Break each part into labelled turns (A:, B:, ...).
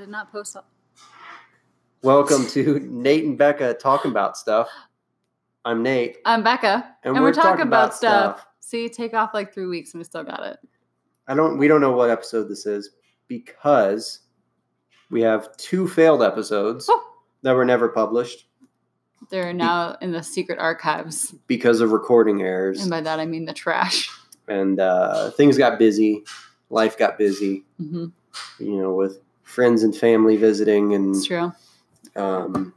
A: Did not post. all-
B: Welcome to Nate and Becca talking about stuff. I'm Nate.
A: I'm Becca,
B: And we're talking about stuff.
A: See, take off like three weeks, and we still got it.
B: I don't we don't know what episode this is because we have two failed episodes
A: Oh.
B: that were never published
A: They're now in the secret archives,
B: because of recording errors
A: and by that I mean the trash.
B: and uh, things got busy, life got busy,
A: hmm
B: you know, with friends and family visiting and
A: It's true.
B: um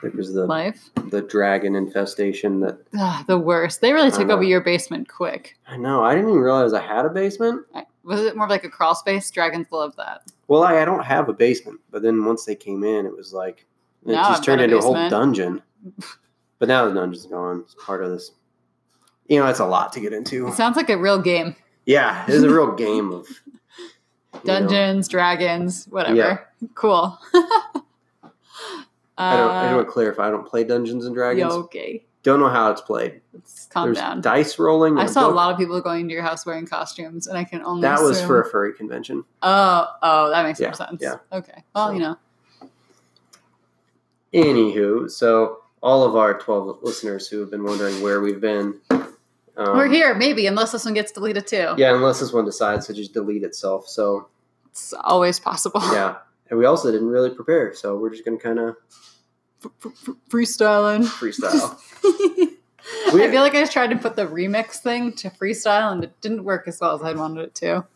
B: there was the
A: Life,
B: the dragon infestation that
A: Ugh, the worst. They really
B: I
A: took
B: know.
A: over your basement quick.
B: I know, I didn't even realize I had a basement.
A: I- Was it more of like a crawl space? Dragons love that.
B: Well, I, I don't have a basement, but then once they came in, it was like it
A: Now I've
B: just
A: got
B: turned
A: a
B: into a whole
A: basement.
B: dungeon. but now the dungeon's gone. It's part of this. You know, it's a lot to get into.
A: It sounds like a real game.
B: yeah, it's a real game of you know,
A: Dungeons, dragons, whatever. Cool.
B: I don't. I
A: uh,
B: want to clarify. I don't play Dungeons and Dragons.
A: yogi.
B: Don't know how it's played.
A: Let's calm
B: There's
A: down.
B: dice rolling. and
A: I saw a
B: book.
A: lot of people going to your house wearing costumes, and I can only
B: That was
A: assume-
B: for a furry convention.
A: oh oh that makes
B: Yeah,
A: more sense.
B: yeah.
A: Okay. Well,
B: So-
A: you know,
B: Anywho, so all of our twelve listeners who have been wondering where we've been, um,
A: we're here maybe unless this one gets deleted too.
B: Yeah, unless this one decides to just delete itself. So
A: It's always possible.
B: yeah and we also didn't really prepare so we're just gonna kind of
A: Freestyling.
B: freestyle
A: I feel like I tried to put the remix thing to freestyle, and it didn't work as well as I'd wanted it to.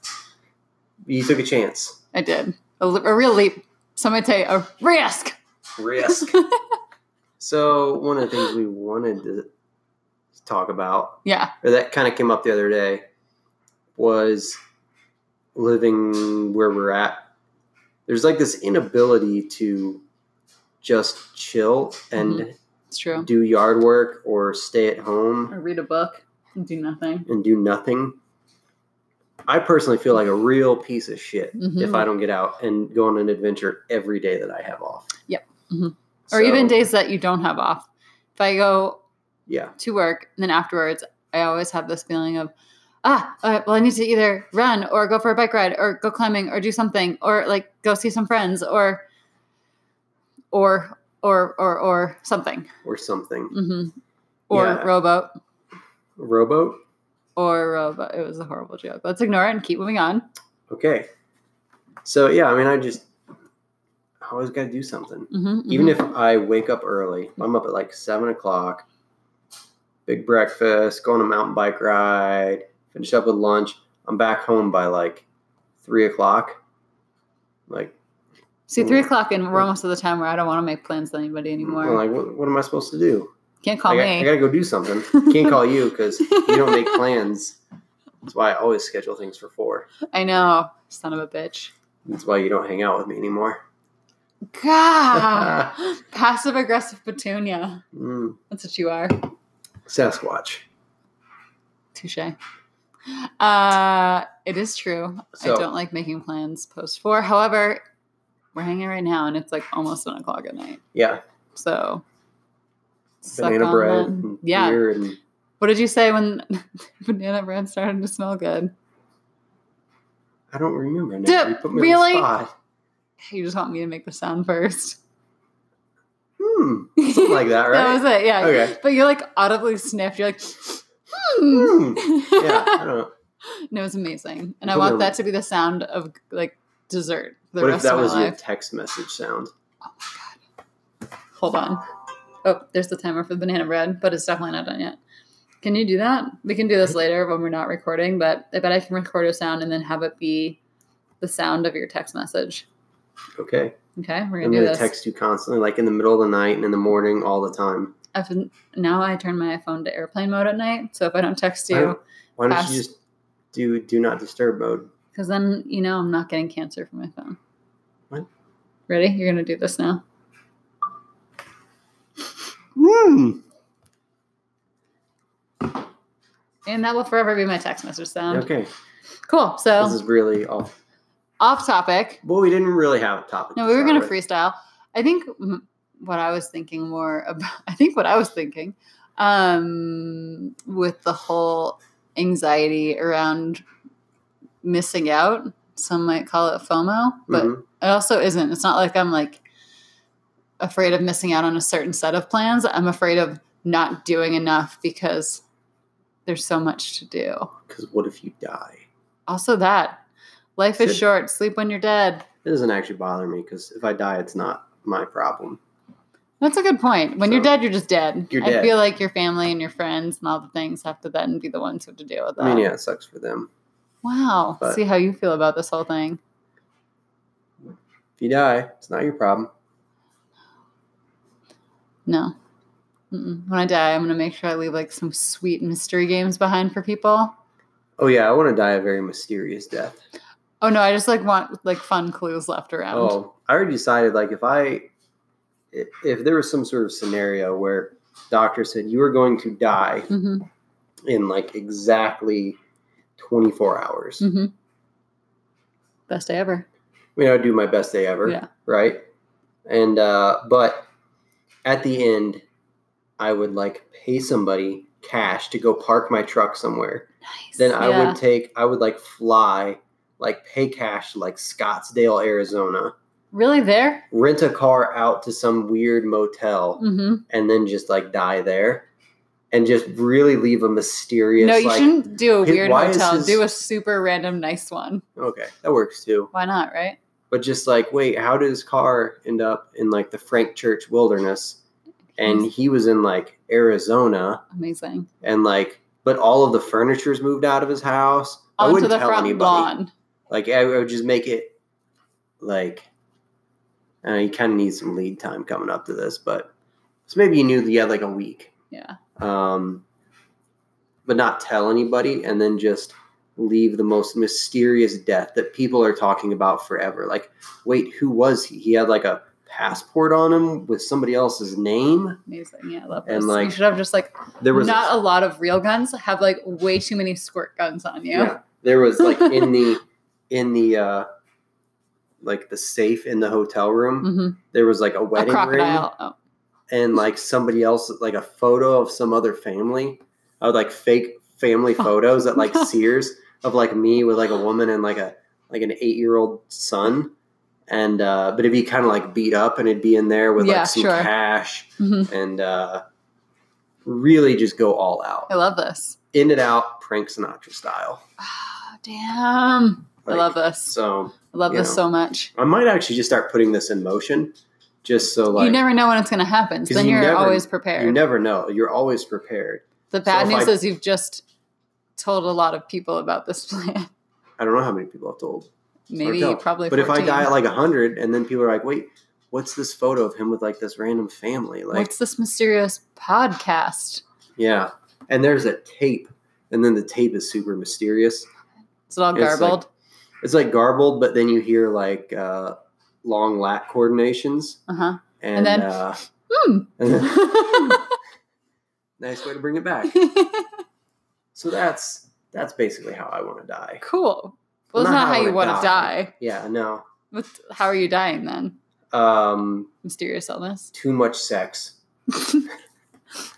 B: you took a chance
A: I did a, li- a real leap. Somebody say a risk.
B: risk so one of the things we wanted to talk about
A: Yeah.
B: or that kind of came up the other day was living where we're at there's like this inability to just chill and
A: It's true.
B: do yard work or stay at home
A: Or read a book and do nothing.
B: and do nothing, I personally feel like a real piece of shit if
A: Mhm.
B: I don't get out and go on an adventure every day that I have off.
A: Yep. Mhm.
B: So,
A: Or even days that you don't have off. If I go
B: Yeah.
A: to work and then afterwards, I always have this feeling of, ah, all right, well, I need to either run or go for a bike ride or go climbing or do something or like go see some friends or, or, or, or, or something.
B: Or something.
A: hmm Or
B: Yeah.
A: rowboat
B: Rowboat?
A: or rowboat. It was a horrible joke. Let's ignore it and keep moving on.
B: Okay. So, yeah, I mean, I just, I always got to do something.
A: Mm-hmm,
B: Even if I wake up early, I'm up at like seven o'clock, big breakfast, go on a mountain bike ride, finish up with lunch. I'm back home by like three o'clock. Like,
A: see three o'clock and we're almost at the time where I don't want to make plans with anybody anymore.
B: I'm like, what, what am I supposed to do?
A: Can't call
B: I, got, I
A: me.
B: gotta go do something. Can't call you because you don't make plans. That's why I always schedule things for four.
A: I know, son of a bitch.
B: That's why you don't hang out with me anymore.
A: God, passive aggressive petunia.
B: Mm,
A: That's what you are.
B: Sasquatch.
A: Touche. Uh, it is true.
B: So-
A: I don't like making plans post four. However, we're hanging right now, and it's like almost one o'clock at night.
B: Yeah,
A: So, suck
B: banana
A: on
B: bread.
A: that.
B: And
A: Yeah.
B: Beer and
A: What did you say when banana bread started to smell good?
B: I don't remember. Now.
A: Dip,
B: you put me
A: really?
B: On the spot.
A: You just want me to make the sound first.
B: Hmm. Something like
A: that
B: that, right?
A: was it. Yeah.
B: Okay.
A: But you like audibly sniffed. You're like, hmm.
B: Hmm. Yeah. I don't know.
A: And it was amazing. And I
B: I think
A: want
B: I-
A: that to be the sound of like dessert for the
B: what if
A: rest
B: that
A: of my
B: was your
A: life.
B: text message sound?
A: Hold on. Oh, there's the timer for the banana bread, but it's definitely not done yet. Can you do that? We can do this later when we're not recording, but I bet I can record a sound and then have it be the sound of your text message.
B: Okay.
A: Okay, we're
B: I'm
A: gonna do
B: gonna
A: this.
B: text you constantly, like in the middle of the night and in the morning, all the time.
A: I've been, now I turn my phone to airplane mode at night, so if I don't text
B: Why
A: you,
B: don't- Why don't
A: Pass.
B: you just do do not disturb mode?
A: because then you know I'm not getting cancer from my phone.
B: What?
A: Ready? You're gonna do this now.
B: Hmm.
A: And that will forever be my text message sound.
B: Okay.
A: Cool. So
B: This is really off
A: off topic.
B: Well, we didn't really have a topic.
A: No,
B: to
A: we were
B: start
A: gonna
B: with.
A: freestyle. I think mm, what I was thinking more about. I think what I was thinking um, with the whole anxiety around missing out. Some might call it FOMO, but
B: Mhm.
A: It also isn't. It's not like I'm like afraid of missing out on a certain set of plans. I'm afraid of not doing enough because there's so much to do.
B: Because what if you die?
A: Also, that life is
B: Should-
A: short. Sleep when you're dead.
B: It doesn't actually bother me because if I die, it's not my problem.
A: That's a good point. When you're
B: So-
A: dead, you're just dead.
B: You're
A: I
B: dead.
A: feel like your family and your friends and all the things have to then be the ones who have to deal with that.
B: I mean, yeah, it sucks for them.
A: Wow.
B: But-
A: See how you feel about this whole thing.
B: If you die, it's not your problem.
A: No. Mm-mm. When I die, I'm going to make sure I leave like some sweet mystery games behind for people.
B: Oh yeah, I want to die a very mysterious death.
A: Oh no, I just like want like fun clues left around.
B: Oh, I already decided. Like, if I, if, if there was some sort of scenario where doctor said you were going to die
A: hmm
B: in like exactly twenty four hours,
A: hmm Best day ever.
B: I mean, I would do my best day ever.
A: Yeah.
B: Right. And uh, but at the end, I would like pay somebody cash to go park my truck somewhere.
A: Nice.
B: Then I
A: Yeah.
B: would take. I would like fly, like pay cash to like Scottsdale, Arizona.
A: really there.
B: Rent a car out to some weird motel.
A: hmm
B: and then just like die there and just really leave a mysterious
A: No, you
B: like
A: shouldn't do a
B: his-
A: weird
B: why is
A: hotel.
B: his-
A: Do a super random nice one.
B: okay that works too
A: Why not? Right?
B: but just like wait how did his car end up in like the frank church wilderness and he was in like arizona
A: Amazing.
B: and like but all of the furniture's moved out of his house i
A: Onto
B: wouldn't
A: the
B: tell
A: front
B: anybody
A: lawn.
B: like I, I would just make it like uh, you kind of need some lead time coming up to this but so maybe you knew that you had like a week
A: Yeah.
B: um, but not tell anybody, and then just leave the most mysterious death that people are talking about forever. Like, wait, who was he? He had like a passport on him with somebody else's name.
A: Amazing. Yeah, I love this.
B: And, like,
A: you should have just like
B: There was
A: not a lot of real guns. Have like way too many squirt guns on you.
B: there was like in the in the uh, like the safe in the hotel room.
A: hmm
B: There was like a
A: A
B: wedding ring
A: crocodile. Oh.
B: and like somebody else, like a photo of some other family. I would like fake family
A: Oh,
B: photos at like
A: no.
B: Sears of like me with like a woman and like a like an eight year old son, and uh, but it'd be kind of like beat up, and it'd be in there with
A: Yeah,
B: like some
A: sure.
B: cash
A: hmm
B: and uh, really just go all out,
A: I love this.
B: in and out, prank Sinatra style.
A: Oh, damn. I
B: Like,
A: love this.
B: So
A: I love
B: you
A: this
B: know.
A: so much.
B: I might actually just start putting this in motion, just so like
A: you never know when it's going to happen. So
B: 'Cause
A: then
B: you
A: you're
B: never-
A: always
B: you
A: prepared.
B: never know. You're always prepared.
A: the bad
B: if
A: news
B: I-
A: is you've just told a lot of people about this plan.
B: I don't know how many people I've told.
A: Maybe
B: tell.
A: probably.
B: But if I
A: 14.
B: die at like 100 and then people are like, wait, what's this photo of him with like this random family? Like,
A: what's this mysterious podcast?
B: yeah. And there's a tape. And then the tape is super mysterious.
A: Is it all
B: It's like-
A: garbled?
B: It's like garbled, but then you hear like uh, long lat coordinations.
A: uh
B: And,
A: then-
B: uh,
A: Hmm.
B: and then-
A: huh.
B: nice way to bring it back. So that's that's basically how I want to die.
A: cool. Well, it's not how
B: I
A: you
B: wanna
A: want to die.
B: Yeah, no.
A: But how are you dying then?
B: Um,
A: Mysterious illness.
B: too much sex.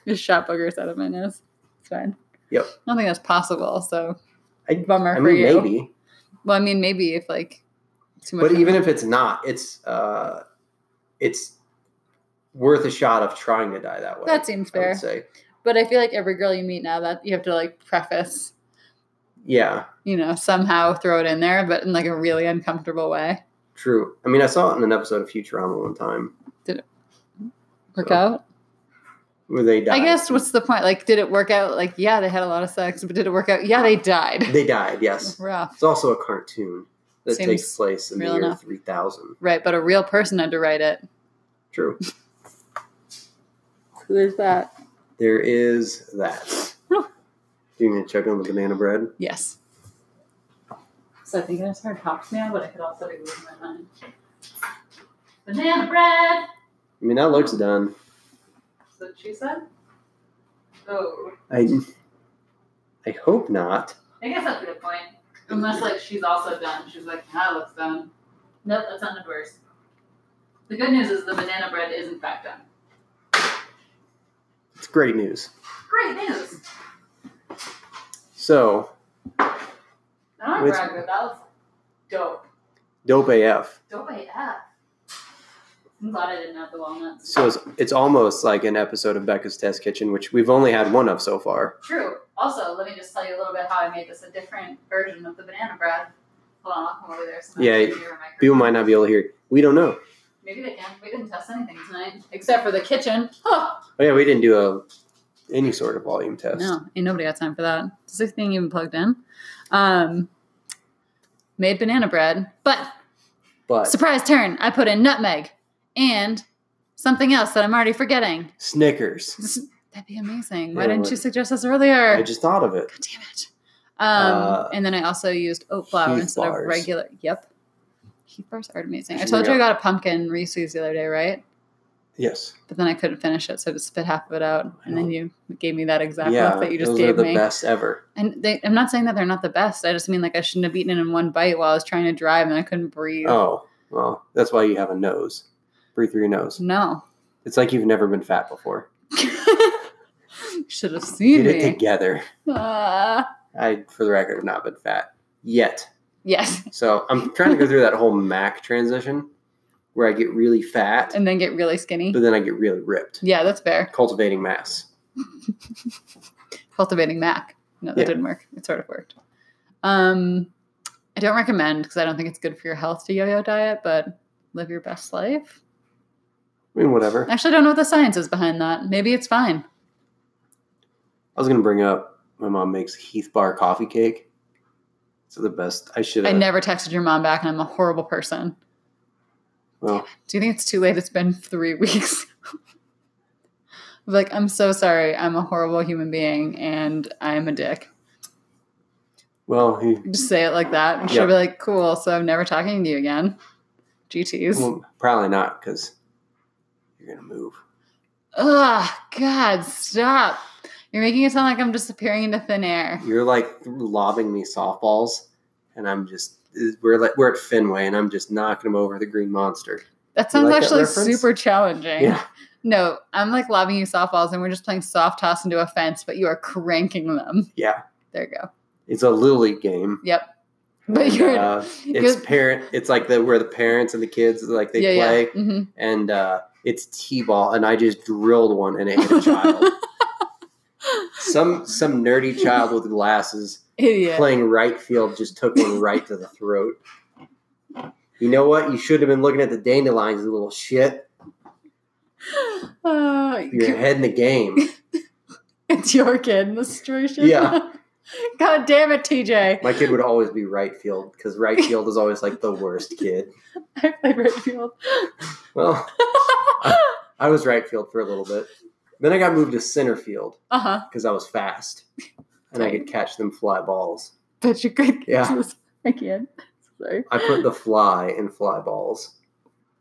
A: Just shot boogers out of my nose. It's fine.
B: Yep.
A: I don't think that's possible. So
B: I-
A: bummer
B: I
A: for
B: mean,
A: you.
B: maybe.
A: Well, I mean, maybe if like too much.
B: but even if it's not, it's uh, it's worth a shot of trying to die that way.
A: that seems
B: I
A: fair.
B: would say,
A: But I feel like every girl you meet now that you have to like preface,
B: yeah,
A: you know, somehow throw it in there, but in like a really uncomfortable way.
B: true. I mean, I saw it in an episode of Futurama one time
A: Work
B: So,
A: out.
B: where they died.
A: I guess what's the point? Like, did it work out? Like, yeah, they had a lot of sex, but did it work out? Yeah, they died.
B: they died. Yes,
A: Rough.
B: it's also a cartoon that
A: Seems
B: takes place in the
A: real
B: year
A: enough.
B: three thousand.
A: Right, but a real person had to write it.
B: True.
A: Who is that?
B: There is that.
A: Huh.
B: You gonna check on the banana bread?
A: Yes. So I think I just heard hops now, but I could also be losing my mind. Banana bread.
B: I mean, that looks done.
A: Is that what she said? Oh,
B: I I hope not.
A: I guess that's a good point. Unless like she's also done. She's like, that looks done. No, that's not the worst. The good news is the banana bread is in fact done.
B: It's great news.
A: Great news.
B: So
A: I don't
B: Which-
A: brag, but that was dope.
B: Dope AF.
A: Dope AF. I'm glad I didn't have the walnuts.
B: So it's, it's almost like an episode of Becca's Test Kitchen, which we've only had one of so far.
A: True. Also, let me just tell you a little bit how I made this a different version of the banana bread. Hold on, I'll come over there. so
B: Yeah,
A: I can hear my
B: People might not be able to hear. it. We don't know.
A: Maybe they can. We didn't test anything tonight, except for the kitchen. Huh.
B: Oh yeah, we didn't do a any sort of volume test.
A: No, ain't nobody got time for that. Is this thing even plugged in? Um, made banana bread, but
B: But
A: surprise turn. I put in nutmeg and something else that I'm already forgetting.
B: Snickers.
A: That'd be amazing. Why
B: Yeah,
A: didn't
B: what-
A: you suggest this earlier?
B: I just thought of it.
A: God damn it. Um,
B: Uh,
A: and then I also used oat flour
B: Heath
A: instead
B: bars.
A: of regular. Yep. Heath bars are amazing. I
B: Should
A: told
B: we
A: you I
B: go-
A: got a pumpkin Reese's the other day, right?
B: Yes.
A: But then I couldn't finish it, so I just spit half of it out. And then you gave me that exact
B: yeah,
A: look that you just
B: those are
A: gave
B: the
A: me.
B: best ever.
A: And they, I'm not saying that they're not the best. I just mean like I shouldn't have eaten it in one bite while I was trying to drive and I couldn't breathe.
B: Oh well, that's why you have a nose. Breathe through your nose.
A: No.
B: It's like you've never been fat before.
A: Should have
B: Get
A: seen
B: it
A: me.
B: together.
A: Ah.
B: I, for the record, have not been fat yet.
A: yes.
B: So I'm trying to go through that whole Mac transition where I get really fat,
A: And then get really skinny.
B: but then I get really ripped.
A: Yeah, that's fair.
B: Cultivating mass.
A: cultivating Mac. No, that
B: Yeah.
A: didn't work. It sort of worked. Um, I don't recommend because I don't think it's good for your health to yo-yo diet, but live your best life.
B: I mean, whatever. I
A: Actually, I don't know what the science is behind that. Maybe it's fine.
B: was gonna bring up my mom makes Heath Bar coffee cake. It's the best. I should.
A: I
B: have
A: never texted your mom back, and I'm a horrible person.
B: Well,
A: Do you think it's too late? It's been three weeks. like, I'm so sorry. I'm a horrible human being, and I'm a dick.
B: well, he
A: Just say it like that, and she'll
B: Yeah.
A: be like, "Cool." So I'm never talking to you again. GTS.
B: well, probably not because you're gonna move.
A: Ugh, God, stop. You're making it sound like I'm disappearing into thin air.
B: You're like lobbing me softballs, and I'm just we're like we're at Fenway, and I'm just knocking them over the green monster.
A: That
B: You
A: sounds
B: like that
A: actually
B: reference?
A: super challenging.
B: Yeah,
A: No, I'm like lobbing you softballs and we're just playing soft toss into a fence, but you are cranking them.
B: yeah.
A: There you go.
B: It's a little league game.
A: Yep. But you're.
B: uh,
A: you're-
B: it's parent. It's like the where the parents and the kids like they
A: yeah,
B: play,
A: Yeah. Mhm.
B: and uh, it's t-ball, and I just drilled one, and it hit a child. some some nerdy child with glasses
A: Idiot.
B: playing right field just took one right to the throat. You know what? You should have been looking at the dandelions, you little shit.
A: Uh,
B: You're ahead in the game.
A: it's your kid in the situation.
B: Yeah.
A: God damn it, TJ.
B: My kid would always be right field because right field is always like the worst kid.
A: I played right field.
B: Well, I, I was right field for a little bit. Then I got moved to center field
A: Uh huh.
B: because I was fast and I could catch them fly balls.
A: But you could.
B: Yeah.
A: I can't. Sorry.
B: I put the fly in fly balls.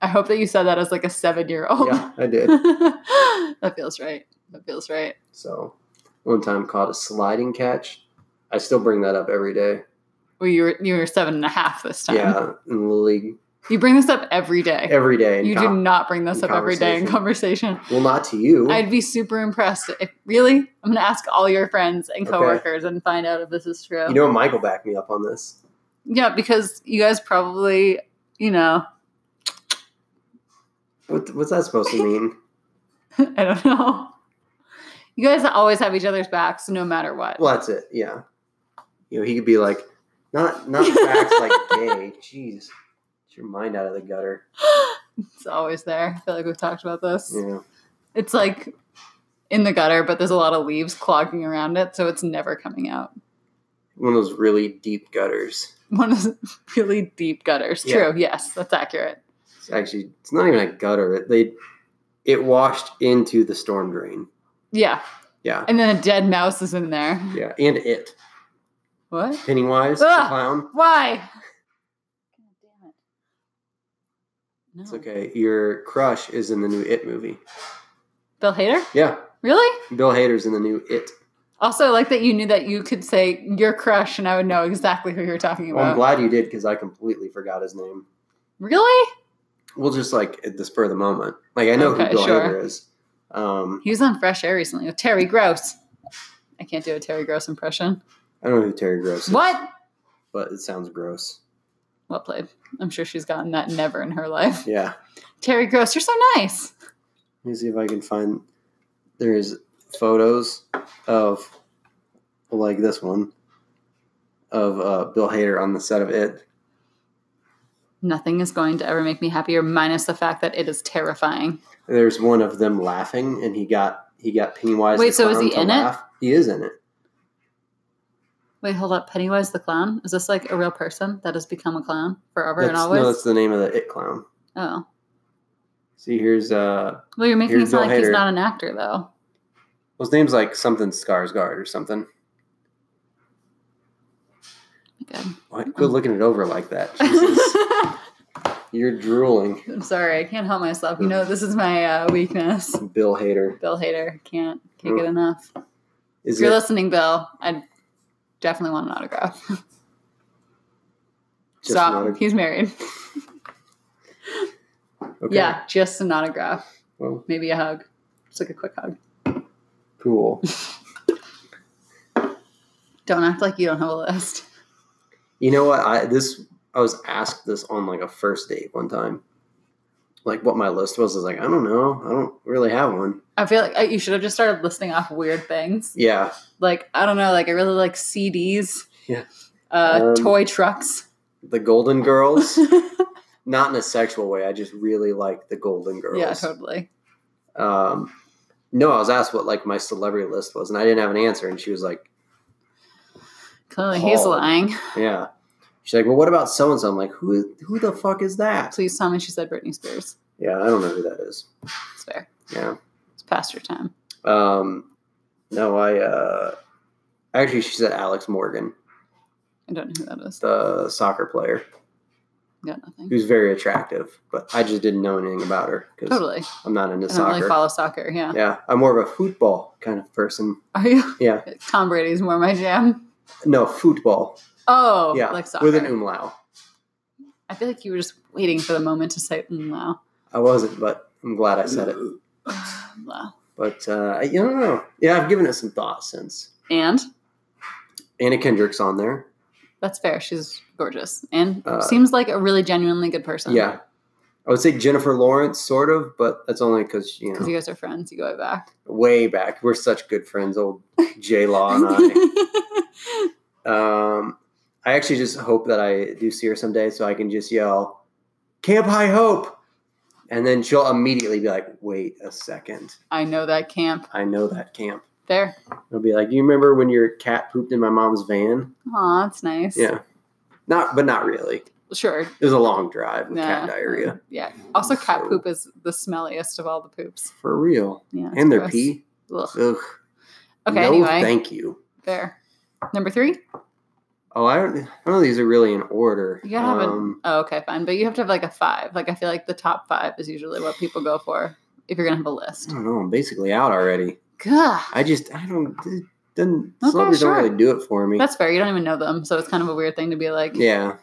A: I hope that you said that as like a seven year old.
B: Yeah, I did.
A: that feels right. That feels right.
B: So one time caught a sliding catch. I still bring that up every day.
A: Well, you were you were seven and a half this time.
B: Yeah, in the league
A: You bring this up every day.
B: every day. in
A: you do
B: com-
A: not bring this
B: in
A: up every day in conversation.
B: Well, not to you.
A: I'd be super impressed. If, really, I'm going to ask all your friends and
B: Okay.
A: coworkers and find out if this is true.
B: you know, Michael backed me up on this.
A: yeah, because you guys probably, you know,
B: What, what's that supposed to mean?
A: I don't know. You guys always have each other's backs, no matter what.
B: well, that's it. Yeah. You know, he could be like, not not facts like gay. Jeez, get your mind out of the gutter.
A: It's always there. I feel like we've talked about this.
B: Yeah.
A: It's like in the gutter, but there's a lot of leaves clogging around it, so it's never coming out.
B: One of those really deep gutters.
A: One of the really deep gutters.
B: Yeah.
A: True. Yes, that's accurate.
B: It's actually, it's not even a gutter. It, they, it washed into the storm drain.
A: Yeah.
B: Yeah.
A: And then a dead mouse is in there.
B: Yeah, and it.
A: What?
B: Pennywise, the
A: Ugh.
B: clown.
A: Why? God damn it. No.
B: It's okay. Your crush is in the new It movie.
A: Bill Hader?
B: Yeah,
A: Really?
B: Bill Hader's in the new It.
A: Also, I like that you knew that you could say your crush and I would know exactly who you were talking
B: Well, Oh, I'm
A: about.
B: glad you did because I completely forgot his name.
A: really?
B: Well, just like at the spur of the moment. Like I know
A: Okay,
B: who Bill
A: sure.
B: Hader is. Um,
A: He was on Fresh Air recently with Terry Gross. I can't do a Terry Gross impression.
B: I don't know who Terry Gross is,
A: What?
B: but it sounds gross.
A: well played. I'm sure she's gotten that never in her life.
B: Yeah.
A: Terry Gross, you're so nice.
B: Let me see if I can find. There's photos of, like this one, of uh, Bill Hader on the set of it.
A: Nothing is going to ever make me happier, minus the fact that it is terrifying.
B: There's one of them laughing, and he got he got Pennywise.
A: Wait,
B: the
A: so is
B: clown
A: he
B: to
A: in it?
B: laugh. He is in it.
A: Wait, hold up. Pennywise the clown? Is this like a real person that has become a clown forever and
B: That's-
A: always?
B: No, that's the name of the it clown.
A: oh.
B: See, here's uh,
A: Well, you're making
B: Here's
A: it sound
B: Bill
A: like he's
B: Hader.
A: not an actor, though.
B: well, his name's like something Skarsgård or something.
A: Good.
B: Why quit looking it over like that? Jesus, you're drooling,
A: I'm sorry. I can't help myself. You know, this is my uh, weakness.
B: Bill Hader.
A: Bill Hader. Can't, can't get
B: Mm.
A: enough.
B: Is
A: if you're
B: it?
A: listening, Bill, I definitely want an autograph.
B: just
A: Stop.
B: not a-
A: He's married.
B: okay.
A: Yeah, just an autograph.
B: Well,
A: Maybe a hug. Just like a quick hug.
B: cool.
A: Don't act like you don't have a list.
B: You know what? I this I was asked this on like a first date one time. Like what my list was, I was like, I don't know. I don't really have one.
A: I feel like I, you should have just started listing off weird things.
B: Yeah.
A: Like, I don't know, like I really like CDs.
B: Yeah.
A: Uh,
B: Um,
A: toy trucks.
B: The Golden Girls.
A: yeah,
B: Not in a sexual way. I just really like the Golden Girls.
A: totally.
B: Um no, I was asked what like my celebrity list was, and I didn't have an answer. And she was like,
A: Clearly, he's
B: Paul.
A: lying.
B: "Yeah." She's like, "Well, what about so and so?" I'm like, "Who? Who the fuck is that?"
A: Please tell me she said Britney Spears.
B: Yeah, I don't know who that is.
A: It's fair.
B: Yeah.
A: It's past your time.
B: Um, no, I uh, actually she said Alex Morgan,
A: I don't know who that is.
B: the soccer player,
A: Got nothing.
B: who's very attractive, but I just didn't know anything about her because
A: Totally.
B: I'm not into
A: I don't
B: soccer.
A: really follow soccer. Yeah.
B: yeah, I'm more of a football kind of person.
A: Are you?
B: Yeah,
A: Tom Brady's more my jam.
B: no football.
A: Oh,
B: yeah,
A: like soccer.
B: with an um umlaut.
A: I feel like you were just waiting for the moment to say, mm, wow.
B: I wasn't, but I'm glad I said it.
A: wow.
B: But uh, I I don't know. Yeah, I've given it some thought since.
A: And
B: Anna Kendrick's on there.
A: that's fair. She's gorgeous and
B: Uh,
A: seems like a really genuinely good person.
B: Yeah, I would say Jennifer Lawrence, sort of, but that's only because you know.
A: Because you guys are friends, you go way back.
B: way back. We're such good friends, old J Law and I. Um, I actually just hope that I do see her someday so I can just yell, Camp High Hope! And then she'll immediately be like, wait a second.
A: I know that camp.
B: I know that camp.
A: There.
B: It'll be like, you remember when your cat pooped in my mom's van?
A: Aw, that's nice.
B: Yeah. Not, but not really.
A: Sure.
B: It was a long drive with
A: Nah.
B: cat diarrhea.
A: Yeah. Also, cat
B: So-
A: poop is the smelliest of all the poops.
B: For real.
A: Yeah. it's
B: And their
A: gross.
B: pee.
A: Ugh.
B: Ugh.
A: Okay,
B: no,
A: anyway.
B: thank you.
A: There. Number three?
B: Oh, I don't, I don't know. These are really in order. Um,
A: You gotta have a- Oh, okay, fine. But you have to have like a five. Like, I feel like the top five is usually what people go for if you're going to have a
B: I
A: list.
B: don't know. I'm basically out already.
A: Gah.
B: I just I don't it doesn't
A: Okay,
B: celebrities
A: sure.
B: don't really do it for me.
A: That's fair. You don't even know them. So it's kind of a weird thing to be like,
B: yeah,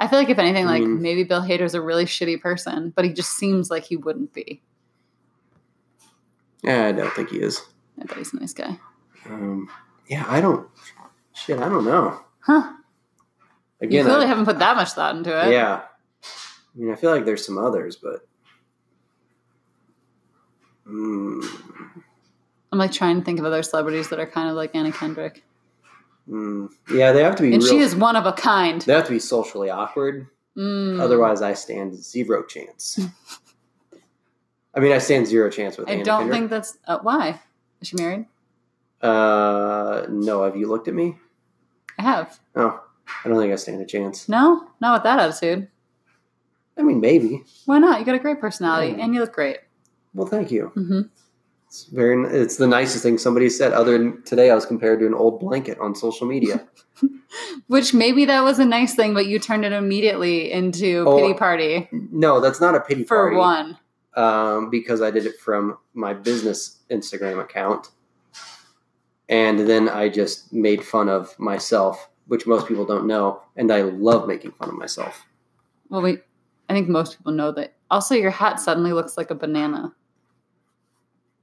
A: I feel like if anything,
B: I
A: like
B: mean-
A: maybe Bill Hader's a really shitty person, but he just seems like he wouldn't be.
B: yeah, I don't think he is.
A: I bet he's a nice guy.
B: Um, yeah, I don't. Shit, I don't know.
A: Huh. you
B: Again,
A: clearly
B: I-
A: haven't put that much thought into it.
B: yeah. I mean, I feel like there's some others, but mm,
A: I'm like trying to think of other celebrities that are kind of like Anna Kendrick.
B: mm, yeah, they have to be.
A: And
B: real,
A: she is one of a kind.
B: They have to be socially awkward.
A: Mm.
B: Otherwise, I stand zero chance. I mean, I stand zero chance with.
A: I
B: Anna
A: don't
B: Kendrick.
A: think that's. Uh, why? Is she married?
B: Uh, no. Have you looked at me?
A: I have.
B: Oh, I don't think I stand a chance.
A: No? Not with that attitude.
B: I mean, maybe.
A: Why not? You got a great personality
B: Mm.
A: and you look great.
B: Well, thank you.
A: hmm
B: It's very. It's the nicest thing somebody said. Other than today, I was compared to an old blanket on social media.
A: Which maybe that was a nice thing, but you turned it immediately into
B: Oh,
A: pity party
B: no, that's not a pity
A: for
B: party.
A: one.
B: um, because I did it from my business Instagram account, and then I just made fun of myself, which most people don't know, and I love making fun of myself.
A: Well, we, I think most people know that. Also, your hat suddenly looks like a banana.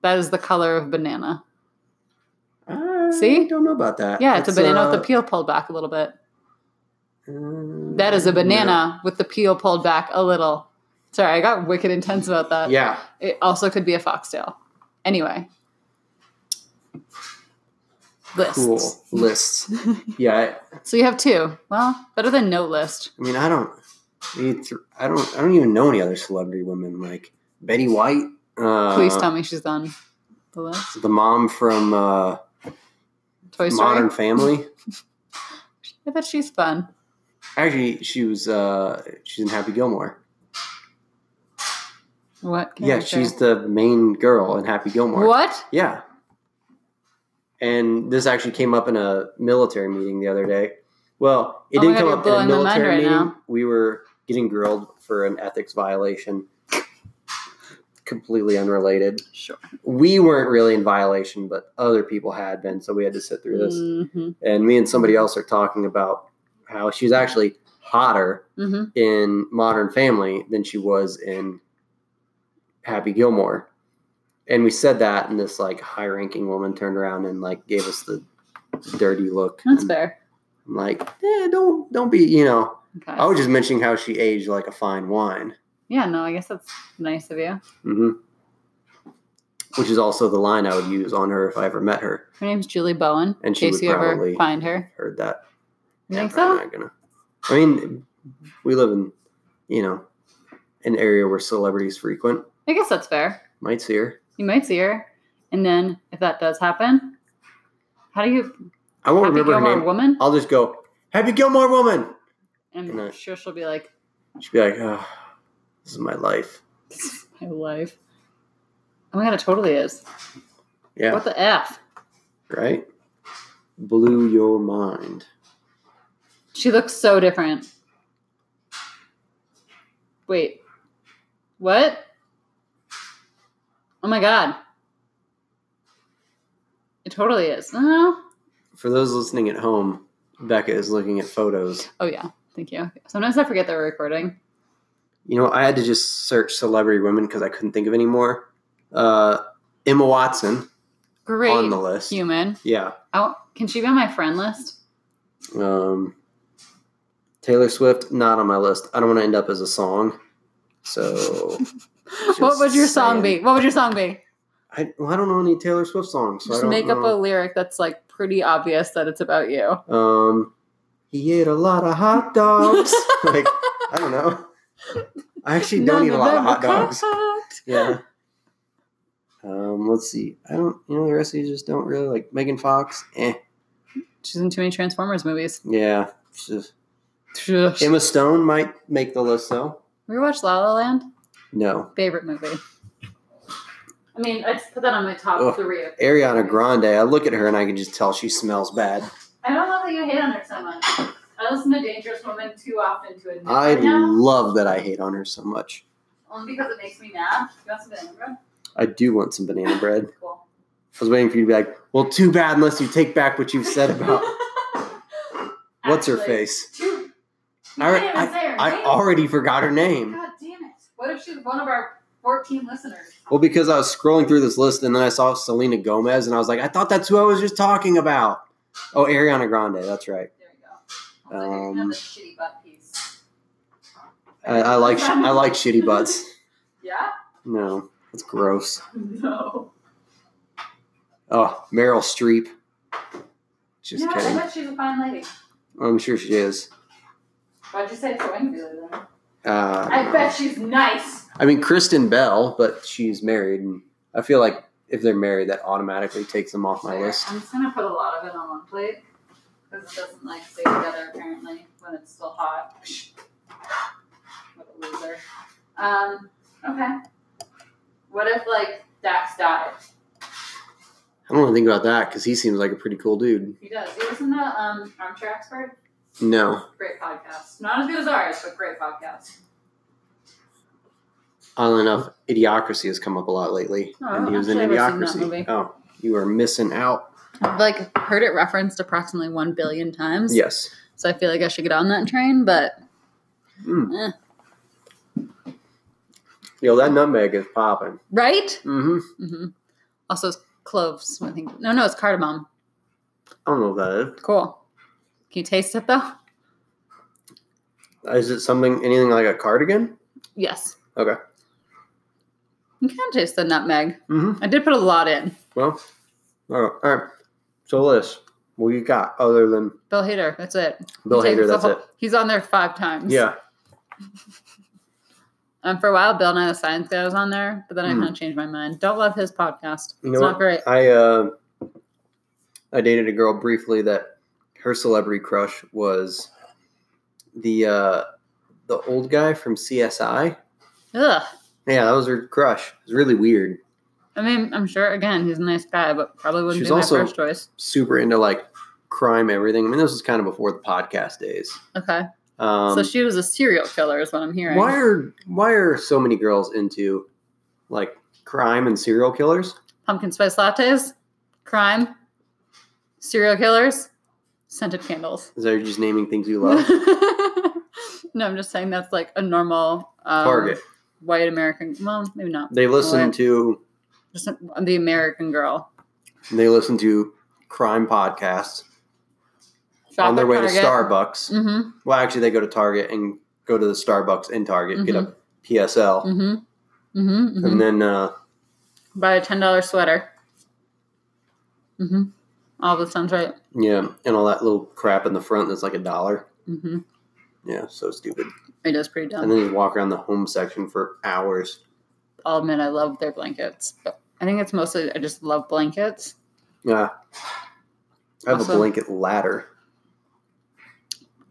A: That is the color of banana.
B: I
A: See?
B: Ah, don't know about that.
A: Yeah, it's, a banana with
B: uh,
A: the peel pulled back a little bit. That is a
B: Mm,
A: banana with the peel pulled back a little. Sorry, I got wicked intense about
B: no.
A: that.
B: Yeah.
A: It also could be a foxtail. Anyway. Lists.
B: Cool. Lists. Yeah. I,
A: So you have two. Well, better than no list.
B: I mean, I don't. need to- I don't. I don't even know any other celebrity women like Betty White. Uh,
A: Please tell me she's on the list.
B: The mom from uh,
A: Toy Story.
B: Modern Family.
A: I bet she's fun.
B: Actually, she was. Uh, she's in Happy Gilmore.
A: What?
B: Yeah,
A: character?
B: she's the main girl in Happy Gilmore.
A: What?
B: Yeah. And this actually came up in a military meeting the other day. Well, it
A: Oh my
B: didn't
A: God,
B: come
A: you're
B: up in a
A: blowing my mind
B: military
A: right
B: meeting.
A: now.
B: We were getting grilled for an ethics violation. Completely unrelated.
A: Sure.
B: We weren't really in violation, but other people had been, so we had to sit through this.
A: Mm-hmm.
B: And me and somebody else are talking about how she's actually hotter
A: Mm-hmm.
B: in Modern Family than she was in Happy Gilmore. And we said that, and this like high ranking woman turned around and like gave us the dirty look.
A: That's
B: And
A: fair.
B: I'm like, eh, don't don't be, you know.
A: Okay.
B: I was just mentioning how she aged like a fine wine,
A: yeah, no, I guess that's nice of you.
B: hmm which is also the line I would use on her if I ever met her.
A: Her name's Julie Bowen.
B: And she
A: in case
B: would
A: you ever
B: probably-
A: find her.
B: Heard that?
A: You
B: Yeah,
A: think
B: probably
A: so?
B: Not gonna. I mean, we live in, you know, an area where celebrities frequent.
A: I guess that's fair.
B: Might see her.
A: You might see her. And then if that does happen, how do you
B: I won't
A: Happy
B: remember
A: Gilmore
B: her name.
A: woman?
B: I'll just go, Happy Gilmore Woman.
A: I'm
B: No.
A: sure she'll be like,
B: She'd be like, oh, this is my life.
A: this is my life. Oh my god, it totally is.
B: Yeah.
A: What the F?
B: Right? Blew your mind.
A: She looks so different. Wait. What? Oh my god. It totally is. Oh,
B: For those listening at home, Becca is looking at photos.
A: oh yeah. Thank you. Sometimes I forget that we're recording.
B: You know, I had to just search celebrity women because I couldn't think of any more. Uh, Emma Watson
A: Great
B: on the list.
A: human.
B: Yeah.
A: Oh, can she be on my friend list?
B: Um, Taylor Swift, not on my list. I don't want to end up as a song. So.
A: what would your song
B: saying.
A: be? What would your song be?
B: I, well, I don't know any Taylor Swift songs. So I
A: Just
B: don't
A: make
B: know.
A: up a lyric that's like pretty obvious that it's about you.
B: Um, he ate a lot of hot dogs. like I don't know. I actually don't
A: None
B: eat a lot of
A: them
B: hot
A: were
B: dogs.
A: cooked.
B: Yeah. Um, let's see. I don't. You know, the rest of you just don't really like Megan Fox. Eh.
A: She's in too many Transformers movies.
B: Yeah. It's just-
A: We
B: Emma Stone might make the list though.
A: watched La La Land.
B: No.
A: Favorite movie. I mean, I just put that on my top
B: Ugh.
A: three. Of
B: Ariana Grande. I look at her and I can just tell she smells bad.
A: I don't love that you hate on her so much. I listen to Dangerous Woman too often to admit
B: I
A: it now,
B: love that I hate on her so much.
A: only because it makes me mad. You want some banana bread?
B: I do want some banana bread.
A: Cool.
B: I was waiting for you to be like, well, too bad unless you take back what you've said about what's her
A: Actually,
B: face.
A: Two. You
B: I-
A: can't even say her
B: I
A: name.
B: already forgot her name.
A: God damn it. What if she's one of our 14 listeners?
B: Well, because I was scrolling through this list and then I saw Selena Gomez and I was like, I thought that's who I was just talking about. Oh, Ariana Grande. That's right.
A: There we go. I was like, I can have
B: Um,
A: this shitty butt piece.
B: I, I like I like shitty butts.
A: Yeah?
B: No, that's gross.
A: No.
B: Oh, Meryl Streep. Just
A: no, I
B: kidding.
A: bet she's a fine lady.
B: I'm sure she is.
A: Why'd you say so angry then?
B: Uh,
A: I bet she's nice.
B: I mean, Kristen Bell, but she's married, and I feel like if they're married, that automatically takes them off my
A: Sure.
B: list.
A: I'm just gonna put a lot of it on one plate. Because it doesn't like stay together apparently when it's still hot. What a loser. Um, okay. What if like Dax died?
B: I don't want to think about that because he seems like a pretty cool dude.
A: He does. You listen to um Armchair Expert?
B: No,
A: Great podcast. Not as good as ours, but great podcast.
B: oddly enough, Idiocracy has come up a lot lately,
A: Oh,
B: and he was in
A: actually, I haven't seen that
B: Idiocracy.
A: movie.
B: Oh, you are missing out.
A: I've like heard it referenced approximately one billion times.
B: Yes.
A: So I feel like I should get on that train, but
B: Mm.
A: Eh.
B: Yo, that nutmeg is popping.
A: right?
B: Mm-hmm.
A: Mm-hmm. Also it's cloves, I think. No, no, it's cardamom.
B: I don't know what that is.
A: Cool. Can you taste it though?
B: Is it something, anything like a cardigan?
A: Yes.
B: Okay.
A: You can taste the nutmeg.
B: Mm-hmm.
A: I did put a lot in.
B: Well, all right. All right. So, Liz, what you got other than
A: Bill Hader. That's it.
B: Bill
A: He takes
B: Hader?
A: the
B: That's
A: whole-
B: it.
A: He's on there five times.
B: Yeah.
A: Um, for a while, Bill Nye the Science Guy was on there, but then I
B: Hmm.
A: kind of changed my mind. Don't love his podcast.
B: You
A: it's
B: know
A: not
B: what?
A: great.
B: I uh, I dated a girl briefly that her celebrity crush was the uh, the old guy from CSI.
A: Ugh.
B: Yeah, that was her crush. It was really weird.
A: I mean, I'm sure again he's a nice guy, but probably wouldn't
B: She's
A: be
B: also-
A: my first choice.
B: Super into like crime, everything. I mean, this was kind of before the podcast days.
A: Okay,
B: Um,
A: so she was a serial killer, is what I'm hearing.
B: why are why are so many girls into like crime and serial killers?
A: Pumpkin spice lattes, crime, serial killers, scented candles.
B: Is that you're just naming things you love?
A: no, I'm just saying that's like a normal um,
B: Target.
A: white American. Well, maybe not.
B: They listen
A: Well,
B: to
A: Just a- the American girl.
B: they listen to crime podcasts on their way to Starbucks.
A: Mm-hmm.
B: Well, actually, they go to Target and go to the Starbucks in Target, get a PSL,
A: Mm-hmm. Mm-hmm.
B: and then uh,
A: Buy a ten dollar sweater. Mm-hmm. All that sounds right.
B: yeah, and all that little crap in the front that's like a dollar.
A: Mm-hmm.
B: Yeah, so stupid.
A: It is pretty dumb.
B: And then you walk around the home section for hours.
A: I'll admit I love their blankets, but I think it's mostly I just love blankets.
B: Yeah, I have
A: Awesome.
B: a blanket ladder.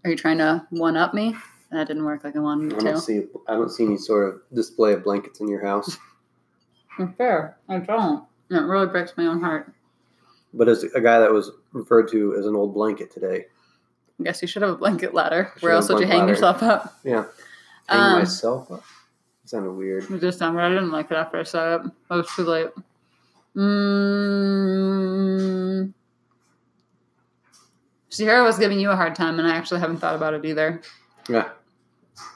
A: Are you trying to one up me? That didn't work like I wanted
B: I
A: it to.
B: don't see. I don't see any sort of display of blankets in your house.
A: Mm, Fair. I don't. It really breaks my own heart.
B: But as a guy that was referred to as an old blanket today,
A: I guess you should have a blanket ladder.
B: should
A: Where
B: have
A: else
B: a
A: would you hang
B: blanket
A: yourself up?
B: yeah, hang
A: Um,
B: myself up. Sounded weird.
A: It just sounded. I didn't like it after I saw it. I was too late. Mm. Sierra was giving you a hard time, and I actually haven't thought about it either.
B: Yeah,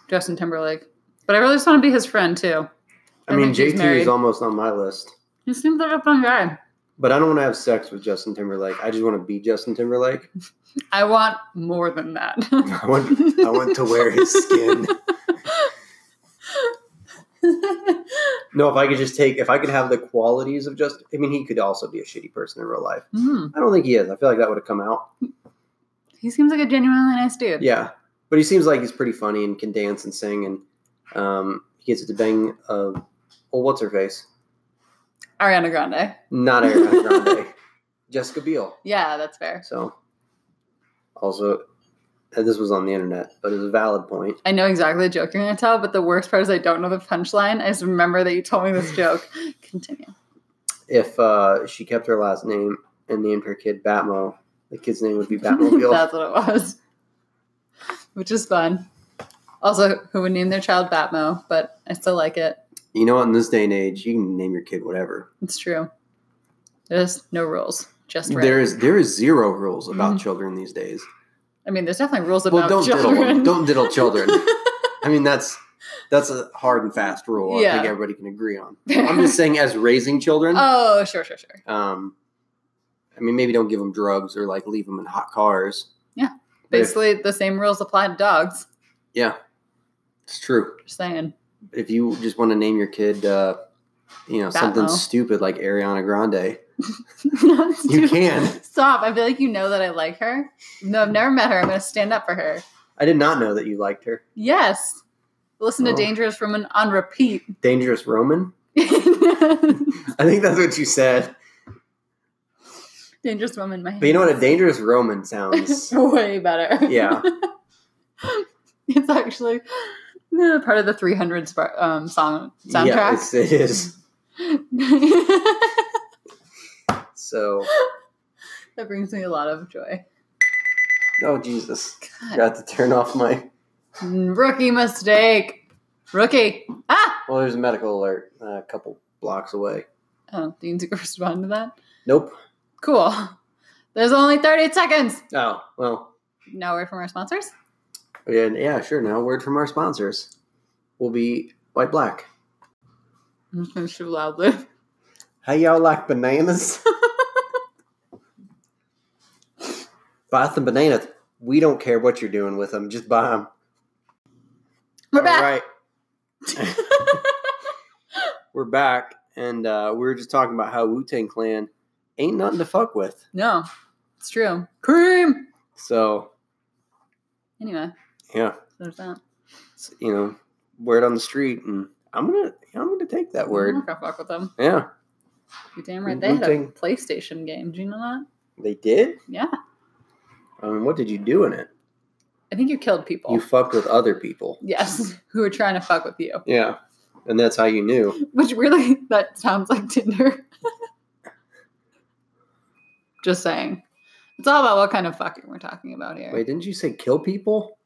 A: Justin Timberlake. But I really just want to be his friend too.
B: I
A: I
B: mean
A: think he's
B: JT is
A: married.
B: almost on my list.
A: He seems like a fun guy.
B: But I don't want to have sex with Justin Timberlake. I just want to be Justin Timberlake.
A: I want more than that.
B: I want, I want to wear his skin. No, if I could just take, if I could have the qualities of Justin, I mean, he could also be a shitty person in real life.
A: Hmm.
B: I don't think he is. I feel like that would have come out.
A: He seems like a genuinely nice dude.
B: Yeah. But he seems like he's pretty funny and can dance and sing. And um, he gets to bang, uh, oh, what's her face?
A: Ariana Grande.
B: Not Ariana Grande, Jessica Biel.
A: Yeah, that's fair.
B: So, also, and this was on the internet, but it's a valid point.
A: I know exactly the joke you're gonna tell, but the worst part is I don't know the punchline. I just remember that you told me this joke. Continue.
B: if uh, she kept her last name and named her kid Batmo, the kid's name would be Batmobile.
A: That's what it was. Which is fun. Also, who would name their child Batmo, but I still like it.
B: you know, what? in this day and age, you can name your kid whatever.
A: It's true. There's no rules. Just right.
B: There is there is zero rules about
A: Mhm.
B: children these days.
A: I mean, there's definitely rules about
B: Well, don't diddle
A: children.
B: them. don't diddle children. I mean, that's that's a hard and fast rule. I think
A: Yeah.
B: everybody can agree on. I'm just saying, as raising children,
A: oh, sure, sure, sure.
B: um, I mean, maybe don't give them drugs or like leave them in hot cars.
A: Yeah.
B: But if-
A: Basically, the same rules apply to dogs.
B: yeah, it's true.
A: Just saying.
B: if you just want to name your kid, uh, you know, something
A: Batmo.
B: stupid like Ariana Grande, you
A: you
B: can.
A: Stop. I feel like you know that I like her. No, I've never met her. I'm going to stand up for her.
B: I did not know that you liked her.
A: Yes. Listen
B: Oh.
A: to Dangerous Woman on repeat.
B: Dangerous Roman?
A: Dangerous
B: I think that's what you said.
A: Woman, my
B: But you know what? A dangerous Roman sounds.
A: Way better.
B: yeah.
A: It's actually uh, part of the 300s bar- um, song
B: Yeah,
A: soundtrack.
B: it's, it is. So,
A: that brings me a lot of joy.
B: oh, Jesus.
A: God.
B: Got to turn off my.
A: Rookie mistake. Rookie. Ah!
B: Well, there's a medical alert uh, a couple blocks away.
A: Oh, do you need to respond to that?
B: Nope.
A: Cool. There's only 30 seconds.
B: Oh, well.
A: Now we're from our sponsors.
B: Yeah, yeah, sure. Now, a word from our sponsors will be White Black.
A: I'm just going to shoot loudly.
B: How y'all like bananas? buy some bananas. We don't care what you're doing with them. Just buy them.
A: We're back.
B: right. we're back, and uh, we were just talking about how Wu Tang Clan ain't nothing to fuck with.
A: No, it's true. Cream.
B: So
A: Anyway,
B: yeah,
A: there's that.
B: it's, you know, word on the street, and I'm gonna I'm gonna take that
A: I'm
B: word.
A: not gonna fuck with them.
B: Yeah,
A: You damn right. They had a
B: Wu-Tang.
A: PlayStation game. Do you know that?
B: they did.
A: Yeah.
B: I mean, what did you do in it?
A: I think you killed people.
B: You fucked with other people.
A: yes, who were trying to fuck with you.
B: Yeah, and that's how you knew.
A: Which really, that sounds like Tinder. Just saying. It's all about what kind of fucking we're talking about here.
B: Wait, didn't you say kill people?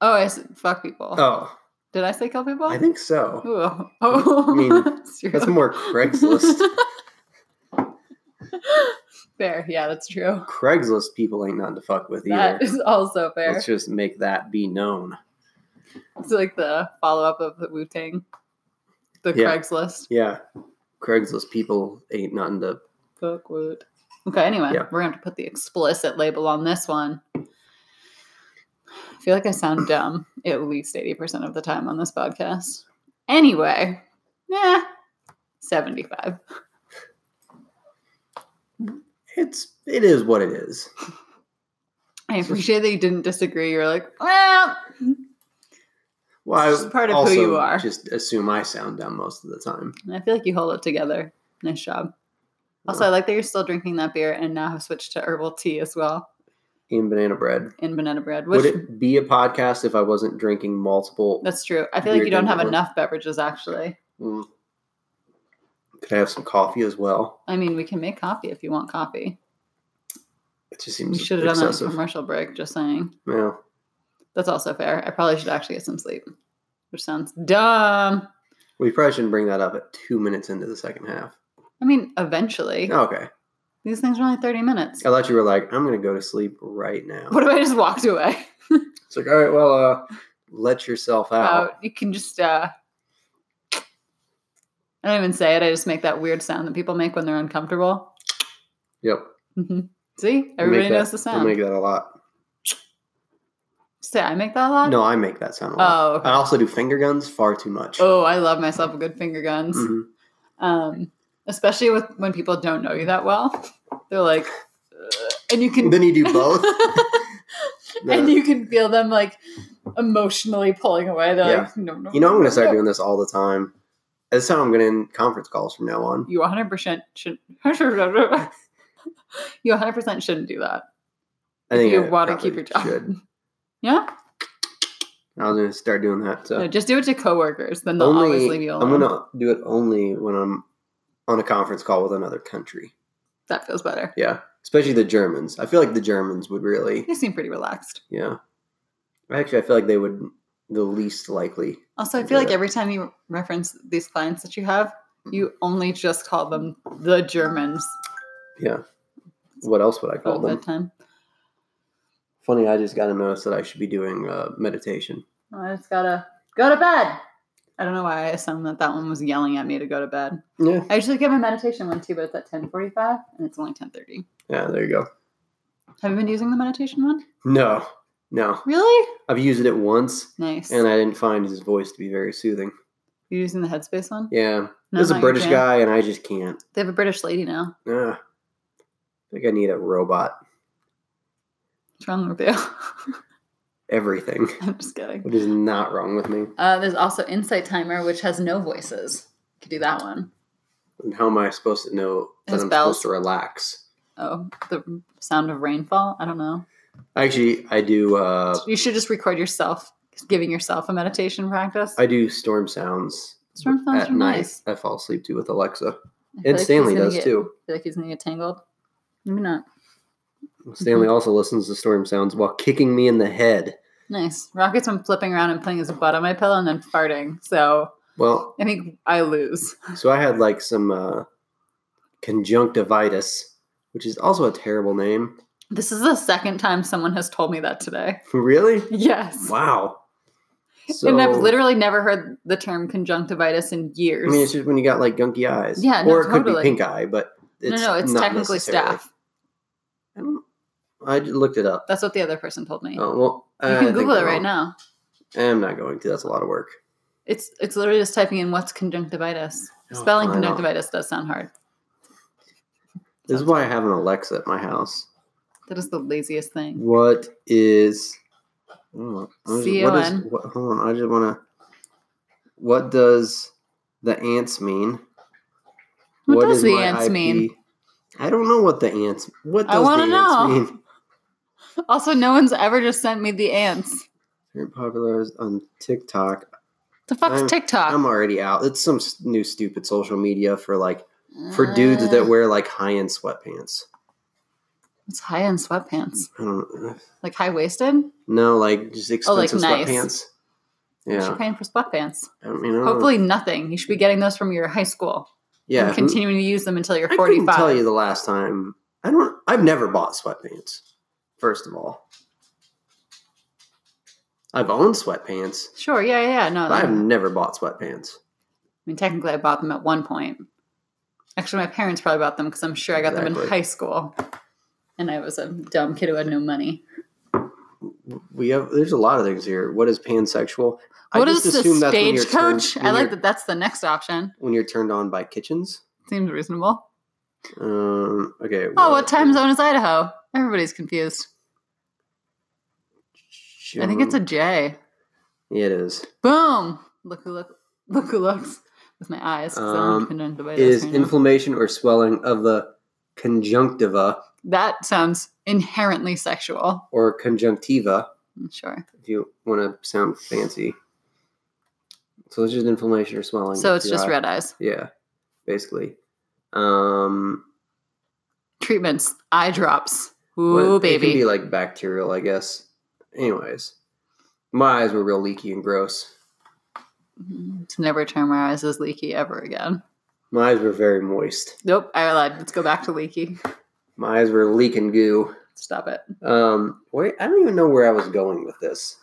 A: Oh, I s- fuck people.
B: Oh,
A: Did I say kill people?
B: I think so.
A: Ooh. Oh,
B: I mean,
A: Serial
B: That's more Craigslist.
A: fair. Yeah, that's true.
B: Craigslist people ain't nothing to fuck with either.
A: That is also fair.
B: Let's just make that be known.
A: It's like the follow up of the Wu Tang, the
B: Yeah.
A: Craigslist.
B: Yeah. Craigslist people ain't nothing to.
A: Fuck what? Okay, anyway,
B: Yeah.
A: we're going to put the explicit label on this one. I feel like I sound dumb at least 80% of the time on this podcast. Anyway, nah, 75.
B: It's it is what it is.
A: I appreciate that you didn't disagree. You were like, well,
B: Well, I
A: It's just part of who
B: also
A: you are.
B: Just assume I sound dumb most of the time.
A: I feel like you hold it together. Nice job. Also, I like that you're still drinking that beer and now have switched to herbal tea as well
B: in banana bread.
A: in banana bread, which
B: Would it be a podcast if I wasn't drinking multiple?
A: that's true. I feel like
B: Beer
A: you don't
B: didn't
A: have
B: work.
A: enough beverages actually.
B: Mm. Could I have some coffee as well?
A: I mean, we can make coffee if you want coffee.
B: It just
A: We
B: seems
A: should have done that in
B: excessive.
A: commercial break, just saying.
B: yeah.
A: That's also fair. I probably should actually get some sleep, which sounds dumb.
B: We probably shouldn't bring that up at two minutes into the second half.
A: I mean, eventually.
B: Okay.
A: These things are only 30 minutes.
B: I thought you were like, I'm going to go to sleep right now.
A: What if I just walked away?
B: It's like, all right, well, uh, let yourself
A: Oh,
B: out.
A: Out. You can just, uh, I don't even say it. I just make that weird sound that people make when they're uncomfortable.
B: Yep.
A: hmm See,
B: I make
A: everybody
B: that-
A: knows the
B: I
A: sound.
B: make that a lot.
A: Say, I make that a lot.
B: No, I make that sound a lot.
A: Oh, okay.
B: I also do finger guns far too much.
A: oh, I love myself a good finger guns.
B: Mhm.
A: Um, especially with when people don't know you that well, they're like, "Ugh," and you can
B: Then you do both.
A: and
B: The-
A: you can feel them like emotionally pulling away. They're
B: Yeah.
A: like, no, no.
B: you know, I'm going to start
A: no.
B: doing this all the time. That's how I'm going to end conference calls from now on.
A: You 100 percent should. you 100 percent shouldn't do that.
B: I think
A: you
B: I
A: want to keep
B: probably
A: your job.
B: Should.
A: Yeah,
B: I was going to start doing that. So
A: no, just do it to coworkers. Then they'll always leave you alone.
B: I'm going to do it only when I'm on a conference call with another country.
A: that feels better.
B: Yeah. Especially the Germans. I feel like the Germans would really,
A: You seem pretty relaxed.
B: yeah. Actually, I feel like they would the least likely.
A: Also, I
B: Is
A: feel like
B: it-
A: every time you reference these clients that you have, you only just call them the Germans
B: Yeah. What else would I
A: all
B: call
A: the
B: them?
A: time.
B: Funny, I just got a notice that I should be doing uh, meditation.
A: Oh, I just gotta go to bed. I don't know why I assumed that that one was yelling at me to go to bed.
B: Yeah.
A: I usually get my meditation one too, but it's at ten forty-five, and it's only ten thirty.
B: Yeah, there you go.
A: Have you been using the meditation one?
B: No, no.
A: Really
B: I've used it once
A: nice.
B: and I didn't find his voice to be very soothing.
A: You're using the Headspace one.
B: Yeah.
A: No,
B: This is
A: not
B: a
A: your
B: British
A: jam?
B: guy and I just can't.
A: They have a British lady now.
B: Ah, I think I need a robot.
A: What's wrong with you?
B: Everything.
A: I'm just kidding.
B: What is not wrong with me?
A: Uh, there's also Insight Timer, which has no voices. You could do that one.
B: And how am I supposed to know that
A: His
B: I'm
A: bells.
B: supposed to relax?
A: Oh, the sound of rainfall. I don't know.
B: Actually, I do. Uh,
A: You should just record yourself giving yourself a meditation practice.
B: I do storm sounds
A: Storm sounds
B: at
A: are
B: night.
A: nice. Mm-hmm.
B: I fall asleep to with Alexa,
A: I feel
B: and
A: like he's
B: Stanley
A: gonna
B: does
A: get-
B: too.
A: I feel like he's gonna get tangled. Maybe not.
B: Stanley also listens to storm sounds while kicking me in the head.
A: Nice. Rocket's been flipping around and putting his butt on my pillow and then farting. So
B: Well,
A: I think I lose.
B: so I had like some uh, conjunctivitis, which is also a terrible name.
A: This is the second time someone has told me that today.
B: really?
A: Yes.
B: Wow. So,
A: and I've literally never heard the term conjunctivitis in
B: I
A: years.
B: mean, it's just when you got like gunky eyes.
A: Yeah, no,
B: or it could be
A: totally.
B: pink eye, but it's
A: no, no, it's
B: not
A: technically
B: necessarily.
A: staff.
B: I, don't, I looked it up.
A: That's what the other person told me.
B: Oh well,
A: you
B: I
A: can
B: think
A: Google it
B: I'm
A: right
B: wrong.
A: now.
B: I'm not going to. That's a lot of work.
A: It's it's literally just typing in what's conjunctivitis.
B: Oh,
A: Spelling
B: I know.
A: conjunctivitis does sound hard.
B: This is why I have an Alexa at my house.
A: That is the laziest thing.
B: What is? I don't know. I just- What is?
A: C-O-N.
B: What, hold on. I just want to. What does the ants mean?
A: What, does
B: is
A: the
B: my
A: ants
B: IP?
A: mean?
B: I don't know what the ants. What
A: I
B: does
A: wanna
B: the ants
A: know.
B: mean?
A: Also, no one's ever just sent me the ants.
B: Very popular on TikTok.
A: Uh, The fuck's
B: I'm-
A: TikTok?
B: I'm already out. It's some s- new stupid social media for like for dudes that
A: Uh,
B: wear like high end sweatpants.
A: It's high end sweatpants,
B: I don't
A: like high waisted.
B: no, like just
A: Oh, like,
B: expensive
A: nice.
B: sweatpants.
A: Yeah. You're
B: Yeah,
A: paying for sweatpants.
B: I mean, I don't know.
A: Hopefully, nothing. You should be getting those from your high school.
B: yeah.
A: and
B: who-
A: continuing to use them until you're
B: I couldn't
A: 45.
B: tell you the last time. I don't. I've never bought sweatpants. First of all, I've owned sweatpants,
A: Sure, yeah, yeah, yeah, no.
B: but I've
A: I
B: never bought sweatpants.
A: mean, technically, I bought them at one point. Actually, my parents probably bought them because I'm sure I got them in
B: Exactly.
A: high school, and I was a dumb kid who had no money.
B: We have. There's a lot of things here. What is pansexual?
A: What is this
B: assume that's when you're turned-
A: stagecoach?
B: when
A: I like
B: you're-
A: that. That's the next option.
B: when you're turned on by kitchens.
A: Seems reasonable.
B: Um. Okay.
A: Oh, what time zone is Idaho? Everybody's confused. I think it's a J.
B: Yeah, it is.
A: Boom! Look who look look who looks with my eyes. 'cause I don't
B: Um,
A: depend on the way
B: It
A: those
B: is
A: right now.
B: inflammation or swelling of the conjunctiva
A: that sounds inherently sexual.
B: or conjunctiva,
A: Sure.
B: if you want to sound fancy. So it's just inflammation or swelling.
A: So
B: of
A: it's
B: the
A: just
B: eye.
A: red eyes.
B: Yeah, basically. Um,
A: treatments, eye drops. Ooh,
B: well, It can
A: baby.
B: be like bacterial, I guess. Anyways, my eyes were real leaky and gross.
A: Mm-hmm. to never turn my eyes as leaky ever again.
B: My eyes were very moist.
A: Nope, I lied. Let's go back to leaky.
B: My eyes were leaking goo.
A: Stop it.
B: Um, wait, I don't even know where I was going with this.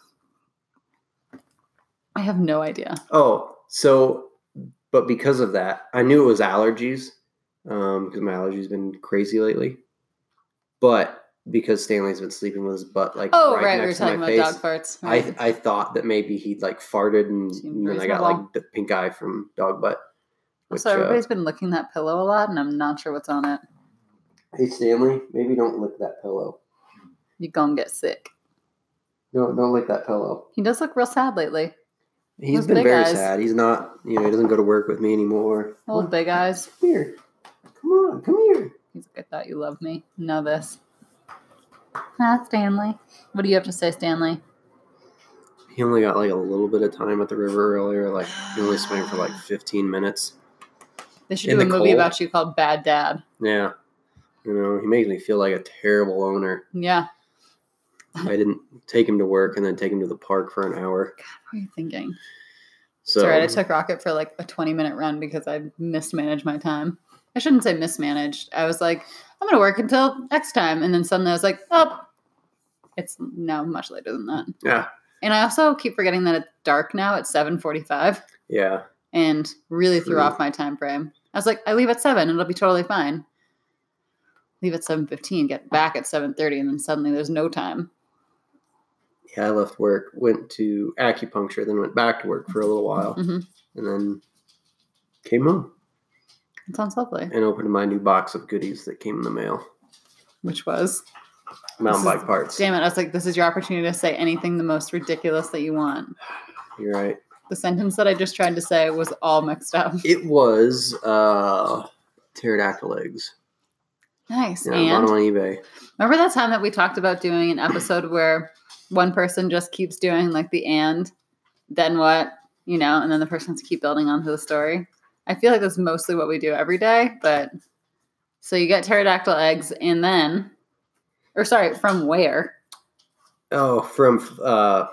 A: I have no idea.
B: Oh, so but because of that, I knew it was allergies um because my allergies been crazy lately. But because Stanley's been sleeping with his butt like
A: Oh, right. we were
B: next to
A: talking
B: my
A: about dog
B: face,
A: farts.
B: I
A: Right.
B: I thought that maybe he'd like farted and,
A: Seemed
B: and then I got
A: reasonable.
B: like the pink eye from dog butt. Which,
A: so everybody's been licking that pillow a lot, and I'm not sure what's on it.
B: uh, hey Stanley, maybe don't lick that pillow.
A: You gonna get sick.
B: No, don't lick that pillow.
A: He does look real sad lately.
B: He's
A: Those
B: been
A: big
B: very
A: eyes.
B: sad. He's not, you know, he doesn't go to work with me anymore.
A: Old big eyes.
B: Come here. Come on, come here.
A: He's like, I thought you loved me. Know this. Ah, Stanley. What do you have to say, Stanley?
B: He only got like a little bit of time at the river earlier. Like he only swam for like 15 minutes.
A: They should
B: In
A: do a
B: the
A: movie
B: cold?
A: about you called Bad Dad.
B: Yeah, you know he makes me feel like a terrible owner.
A: Yeah.
B: I didn't take him to work and then take him to the park for an hour.
A: What are you thinking?
B: So
A: It's all right. I took Rocket for like a 20 minute run because I mismanaged my time. I shouldn't say mismanaged. I was like, I'm going to work until X time. And then suddenly I was like, oh, it's now much later than that.
B: yeah,
A: And I also keep forgetting that it's dark now. It's 745
B: yeah,
A: and really threw
B: True.
A: off my time frame. I was like, I leave at 7 and it'll be totally fine. Leave at 7.15, get back at 7.30, and then suddenly there's no time.
B: yeah. I left work, went to acupuncture, then went back to work for a little while,
A: hmm
B: and then came home
A: It sounds lovely,
B: and opened my new box of goodies that came in the mail.
A: which was,
B: Mountain
A: This is-
B: bike parts.
A: damn it, I was like, this is your opportunity to say anything the most ridiculous that you want.
B: You're right.
A: The sentence that I just tried to say was all mixed up.
B: It was uh pterodactyl eggs.
A: Nice.
B: Yeah, I bought
A: and
B: 'em on eBay.
A: remember that time that we talked about doing an episode where one person just keeps doing like the and, then what, you know, and then the person has to keep building onto the story? I feel like that's mostly what we do every day, but so you get pterodactyl eggs and then, or sorry, from where?
B: Oh, from uh,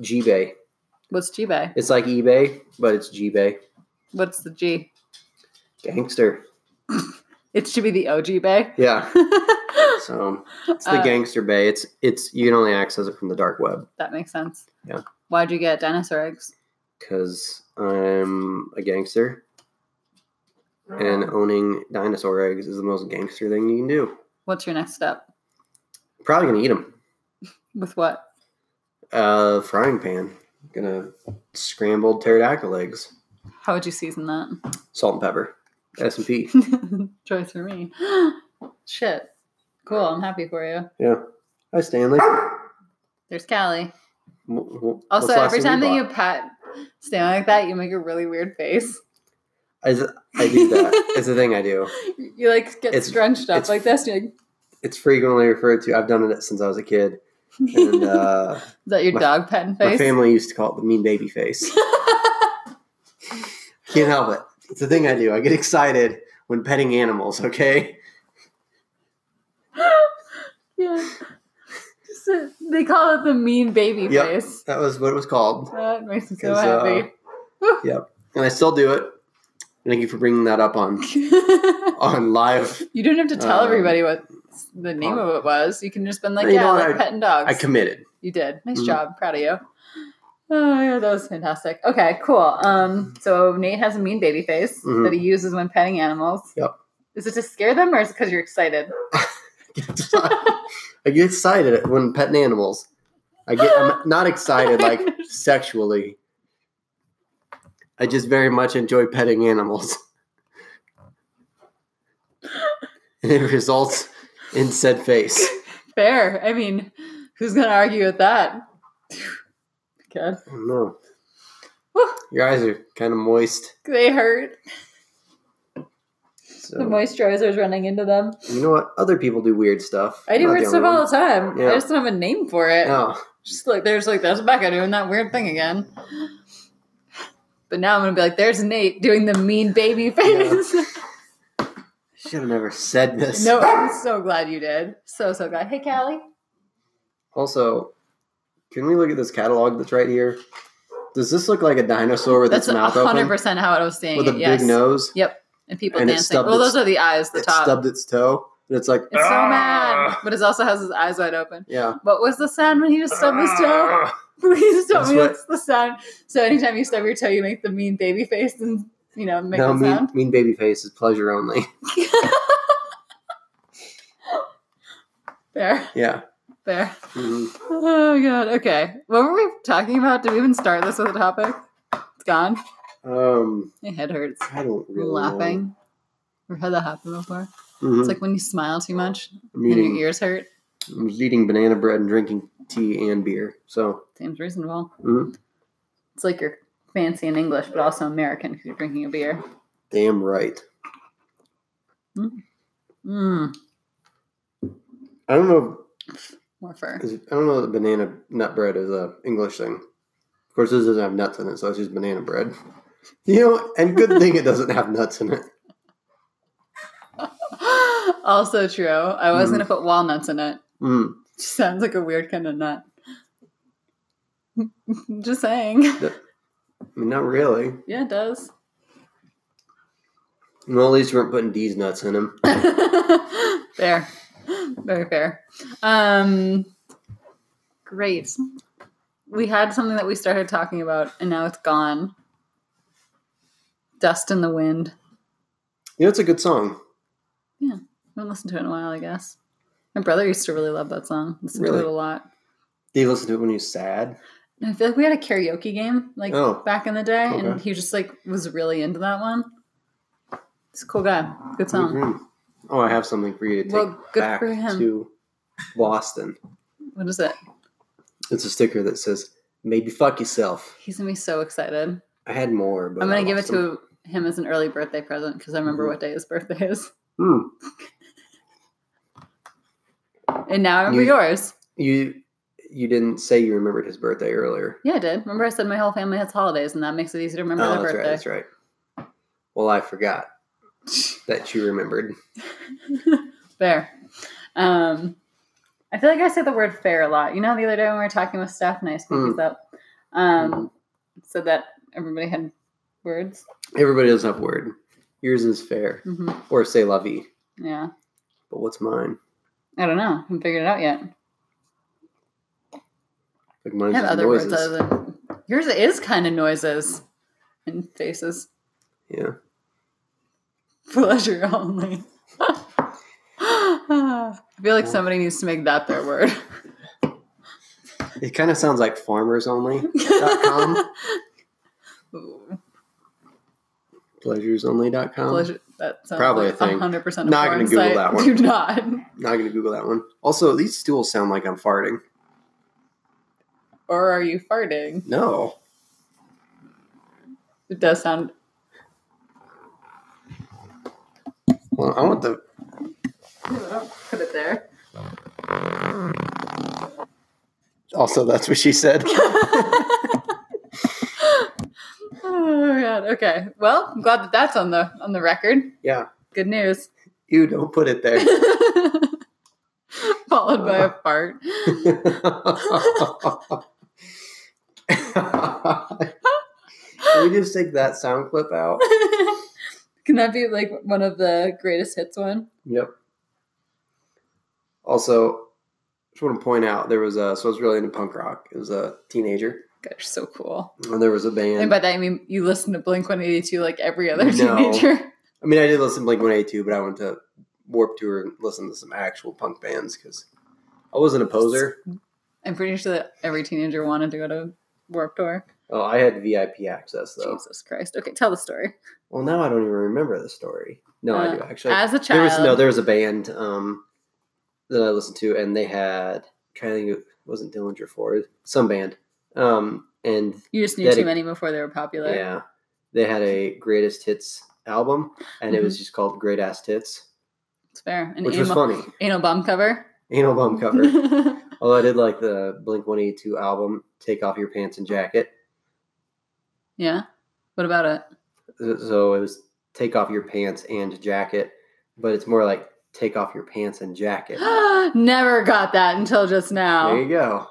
B: GBay.
A: What's G-Bay?
B: It's like eBay, but it's GBay.
A: What's the G?
B: Gangster.
A: It should be the OG Bay.
B: Yeah. So it's the
A: Uh,
B: gangster bay. It's it's you can only access it from the dark web
A: that makes sense.
B: Yeah.
A: Why'd you get dinosaur eggs?
B: because I'm a gangster, and
A: Oh.
B: owning dinosaur eggs is the most gangster thing you can do.
A: What's your next step?
B: Probably gonna eat them.
A: With what?
B: Uh, frying pan. Gonna scrambled pterodactyl eggs,
A: How would you season that?
B: salt and pepper, S and P.
A: Choice for me. Shit. Cool. I'm happy for you.
B: Yeah. Hi Stanley.
A: There's Callie.
B: Wh- wh- what's
A: Also,
B: the last
A: every
B: thing
A: time that you
B: bought?
A: pat Stan like that, you make a really weird face.
B: I, I do that. it's the thing I do.
A: You like get
B: It's-
A: scrunched up
B: it's-
A: like this. And
B: It's frequently referred to. I've done it since I was a kid,
A: you're like,
B: and uh,
A: Is that your
B: my-
A: dog pen
B: my
A: face?
B: family used to call it the mean baby face. Can't help it. It's the thing I do. I get excited when petting animals. Okay.
A: yeah. Just, uh, they call it the mean baby
B: Yep.
A: face.
B: That was what it was called.
A: That makes me so
B: 'Cause, uh,
A: happy.
B: and I still do it. Thank you for bringing that up on on live.
A: you didn't have to tell
B: um,
A: everybody what the name
B: um,
A: of it was. You can just been like,
B: you
A: yeah,
B: know
A: like
B: what, I-
A: pet and dogs.
B: I committed.
A: You did. Nice
B: Mhm.
A: job. Proud of you. Oh yeah, that was fantastic. Okay, cool. Um, so Nate has a mean baby face
B: Mhm.
A: that he uses when petting animals.
B: Yep.
A: Is it to scare them or is it because you're excited?
B: I get excited when petting animals. I get I'm not excited like sexually. I just very much enjoy petting animals. And it results in said face.
A: Fair. I mean, who's gonna argue with that? God,
B: I don't know.
A: Whew.
B: Your eyes are kind of moist.
A: they hurt.
B: So.
A: The moisturizer's running into them.
B: you know what? Other people do weird stuff.
A: I do
B: Not
A: weird
B: the
A: stuff
B: only Oh,
A: all the time.
B: Yeah.
A: I just don't have a name for it.
B: one. No.
A: Just like there's like there's Becca doing that weird thing again. But now I'm gonna be like, there's Nate doing the mean baby face.
B: Should have never said this.
A: no, I'm so glad you did. So so glad. Hey Callie.
B: Also, can we look at this catalog that's right here? Does this look like a dinosaur with
A: That's
B: its mouth
A: hundred
B: open
A: percent how I was seeing
B: with a
A: it.
B: big
A: yes.
B: nose?
A: Yep. And people
B: And it
A: dancing.
B: stubbed
A: Well,
B: its-
A: those are the eyes, the
B: it
A: top.
B: stubbed its toe, and it's like
A: It's so mad,
B: "Ah!"
A: but it also has his eyes wide open.
B: Yeah,
A: What was the sound when he just stubbed his toe?
B: Ah!
A: Please tell
B: That's
A: me
B: what-
A: that's the sound. So anytime you stub your toe, you make the mean baby face and you know make
B: No,
A: the
B: mean,
A: sound.
B: mean baby face is pleasure only.
A: There,
B: Yeah.
A: there.
B: Mhm.
A: Oh god. Okay. What were we talking about? Did we even start this with a topic? It's gone.
B: Um,
A: My head hurts.
B: I don't really Know.
A: Laughing. Or had that happen before?
B: Mhm.
A: It's like when you smile too much
B: I'm
A: and your
B: eating,
A: ears hurt.
B: I'm eating banana bread and drinking tea and beer. So
A: Seems reasonable.
B: mhm.
A: It's like you're fancy in English, but also American because you're drinking a beer.
B: damn right.
A: Mmm.
B: I don't know.
A: More fur.
B: If, I don't know that banana nut bread is a English thing. Of course, this doesn't have nuts in it, so it's just banana bread. You know, and good thing it doesn't have nuts in it.
A: also true. I was
B: Mhm.
A: gonna put walnuts in it.
B: Mm.
A: Just sounds like a weird kind of nut. Just saying.
B: I mean, not really.
A: Yeah, it does.
B: Well, at least we weren't putting D's nuts in them.
A: fair. Very fair. Um great. We had something that we started talking about and now it's gone. Dust in the wind.
B: You know, it's a good song.
A: I haven't listened to it in a while, I guess. My brother used to really love that song. Listened to
B: Really?
A: it a lot.
B: Do you listen to it when you're sad?
A: And I feel like we had a karaoke game like
B: Oh.
A: back in the day, and
B: Okay.
A: he just like was really into that one. He's a cool guy. Good song.
B: Mhm. Oh, I have something for you to take
A: Well, good
B: back
A: for him.
B: to Boston.
A: What is it?
B: It's a sticker that says "Maybe fuck yourself."
A: He's gonna be so excited.
B: I had more, but
A: I'm gonna give it to him as an early birthday present because I remember
B: Mhm.
A: what day his birthday is,
B: Mm.
A: and now I remember
B: You-
A: yours.
B: You you didn't say you remembered his birthday earlier.
A: Yeah, I did. Remember, I said my whole family has holidays, and that makes it easy to remember
B: oh,
A: their
B: that's right.
A: birthday.
B: That's right. Well, I forgot that you remembered.
A: Fair. Um, I feel like I say the word fair a lot. You know, the other day when we were talking with Steph, and I spoke
B: Mm.
A: these up,
B: Hmm.
A: um, so that everybody had words.
B: Everybody doesn't have word. Yours is fair,
A: hmm
B: or say la vie.
A: Yeah,
B: But what's mine?
A: I don't know. I haven't figured it out yet.
B: Like
A: I
B: mine's
A: have
B: just
A: other
B: noises.
A: words other than yours. Is kind of noises and faces.
B: yeah.
A: Pleasure only. I feel like somebody needs to make that their word.
B: It kind of sounds like farmers only. com? Um,
A: Ooh,
B: Pleasures only.com.
A: pleasure. That sounds
B: probably
A: probably
B: a
A: like
B: thing.
A: 100% a
B: Not
A: foreign
B: gonna Google
A: site.
B: that one.
A: Do not.
B: Not going to Google that one. Also, these stools sound like I'm farting.
A: Or are you farting?
B: No.
A: It does sound.
B: Well, I want the.
A: Put it there.
B: Also, that's what she said.
A: Oh god. Okay. Well, I'm glad that that's on the on the record.
B: Yeah.
A: Good news.
B: You don't put it there.
A: Followed by a fart.
B: Can we just take that sound clip out?
A: Can that be like one of the greatest hits one?
B: Yep. Also, just want to point out there was a so I was really into punk rock. It was a teenager,
A: Gosh, so cool.
B: and there was a
A: And,
B: band.
A: by that I mean you listen to Blink 182 like every other
B: No.
A: teenager.
B: I mean, I did listen to Blink One Eight Two, but I went to Warp Tour and listened to some actual punk bands because I wasn't a poser.
A: I'm pretty sure that every teenager wanted to go to Warped Tour.
B: Oh, I had VIP access though.
A: Jesus Christ. Okay, tell the story.
B: Well, now I don't even remember the story. No, I
A: Uh,
B: do actually.
A: As a
B: There
A: child,
B: was no, there was a band um, that I listened to, and they had trying to think it wasn't Dillinger Ford, some band, um, and
A: you just knew
B: that
A: too
B: it-
A: many before they were popular.
B: yeah, they had a greatest hits album, and it was just called Great Ass Tits,
A: It's fair. Mm-hmm. An
B: which was
A: anal,
B: funny.
A: anal bomb cover.
B: Anal bum cover. Although I did like the Blink One Eighty Two album, Take Off Your Pants and Jacket.
A: yeah. What about it?
B: So it was Take Off Your Pants and Jacket, but it's more like Take Off Your Pants and Jacket.
A: Never got that until just now.
B: There you go.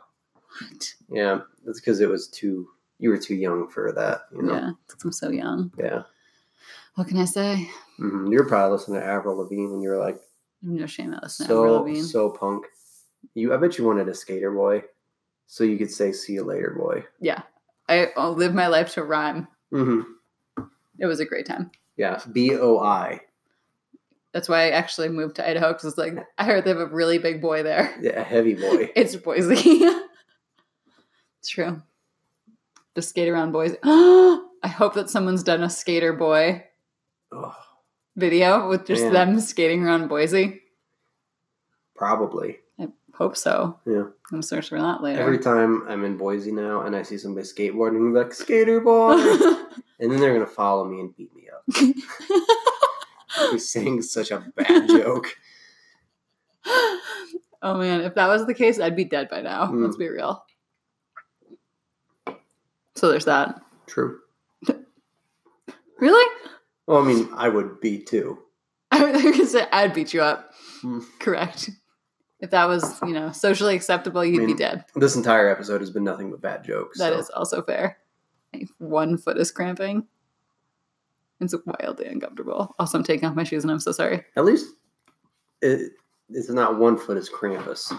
A: What?
B: Yeah, that's because it was too. You were too young for that. You know.
A: Yeah, 'cause I'm so young.
B: Yeah.
A: What can I say?
B: hmm You're probably listening to Avril Lavigne when you were like
A: No shame at listening to Avril
B: so
A: Lavigne.
B: so punk. You, I bet you wanted a skater boy, so you could say "see you later, boy."
A: yeah, I I'll live my life to rhyme.
B: hmm
A: It was a great time.
B: Yeah, B O I.
A: That's why I actually moved to Idaho because it's like I heard they have a really big boy there.
B: Yeah, a heavy boy.
A: It's Boise. True. The skate around boys. I hope that someone's done a skater boy
B: Ugh,
A: video with just
B: Yeah.
A: them skating around Boise.
B: probably.
A: I hope so.
B: Yeah.
A: I'm search for that later.
B: Every time I'm in Boise now and I see somebody skateboarding, I'm like "skater boy," and then they're gonna follow me and beat me up. He's saying such a bad joke.
A: oh man, if that was the case, I'd be dead by now.
B: Mm.
A: Let's be real. So there's that.
B: True.
A: Really?
B: Well, I mean, I would be too.
A: I was gonna say I'd beat you up.
B: Mm.
A: Correct. If that was, you know, socially acceptable, you'd be
B: mean,
A: dead.
B: This entire episode has been nothing but bad jokes.
A: That
B: so.
A: is also fair. My One foot is cramping. It's wildly uncomfortable. Also, I'm taking off my shoes and I'm so sorry.
B: At least it, it's not one foot is Krampus,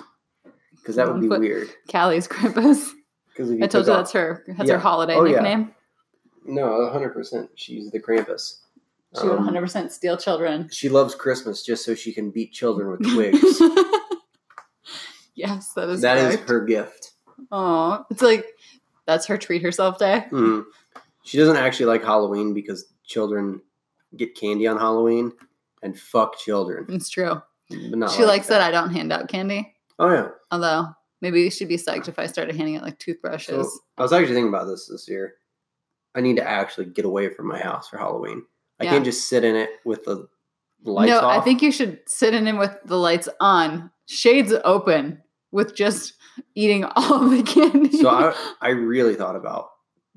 B: because that would
A: One
B: be
A: foot.
B: weird.
A: Callie's Krampus.
B: Because if you
A: I told you
B: took
A: that's
B: off-
A: her that's
B: Yeah.
A: her holiday
B: Oh, yeah.
A: nickname.
B: no, hundred percent. She's the Krampus.
A: She would
B: Um,
A: 100% steal children.
B: She loves Christmas just so she can beat children with twigs.
A: yes, that is
B: that is
A: correct.
B: her gift.
A: Oh, it's like that's her treat herself day.
B: Mm. She doesn't actually like Halloween because children get candy on Halloween and fuck children.
A: It's true.
B: But not
A: she
B: like
A: likes that. I don't hand out candy.
B: Oh yeah.
A: Although maybe she'd be psyched if I started handing out like
B: So,
A: toothbrushes.
B: I was actually thinking about this this year. I need to actually get away from my house for Halloween. I
A: Yeah.
B: can't just sit in it with the lights
A: no,
B: off.
A: I think you should sit in him with the lights on, shades open, with just eating all of the candy.
B: so I, I really thought about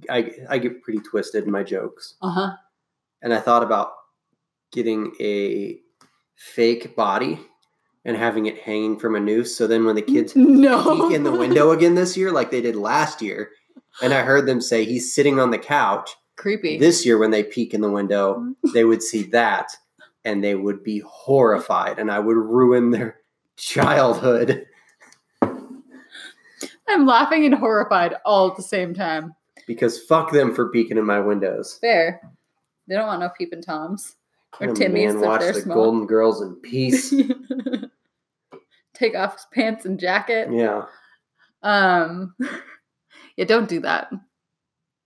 B: I, I get pretty twisted in my jokes
A: uh huh.
B: and i thought about getting a fake body and having it hanging from a noose so then when the kids
A: no
B: peek in the window again this year like they did last year and i heard them say he's sitting on the couch
A: Creepy.
B: this year when they peek in the window
A: Mm-hmm.
B: they would see that and they would be horrified and i would ruin their childhood
A: I'm laughing and horrified all at the same time.
B: because fuck them for peeking in my windows
A: Fair. They don't want no peeping toms. Or
B: Can a
A: Timmy's if
B: man watch
A: they're
B: the
A: small.
B: Golden Girls in peace.
A: Take off his pants and jacket.
B: yeah,
A: Um, yeah, don't do that.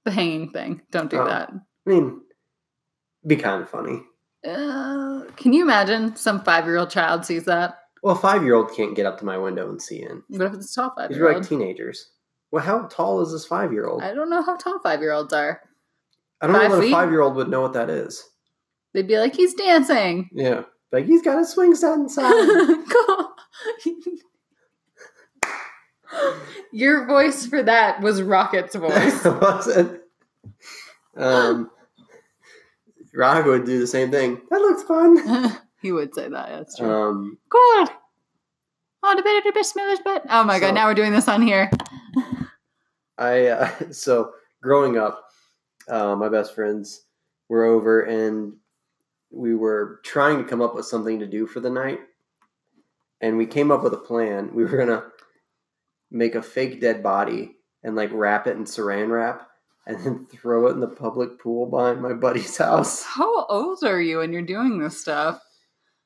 A: The hanging thing. Don't do
B: Oh.
A: that.
B: I mean, be kind of funny.
A: Uh, can you imagine some five year old child sees that?
B: Well, a five year old can't get up to my window and see in.
A: What if it's a tall five
B: These
A: year
B: are like
A: old?
B: teenagers. Well, how tall is this five year old?
A: I don't know how tall five year olds are.
B: I don't know
A: five
B: that a
A: feet?
B: five year old would know what that is.
A: They'd be like, he's dancing.
B: Yeah. Like, he's got his swing set inside.
A: Cool. Your voice for that was Rocket's voice.
B: was it? Um, Rock would do the same thing. That looks fun.
A: he would say that. That's true.
B: Um,
A: God. Oh, the better, the best, smellest bet. Oh my
B: So-
A: God. Now we're doing this on here.
B: I uh, so growing up, uh, my best friends were over and we were trying to come up with something to do for the night, and we came up with a plan. We were gonna make a fake dead body and like wrap it in Saran wrap and then throw it in the public pool behind my buddy's house.
A: How old are you when you're doing this stuff?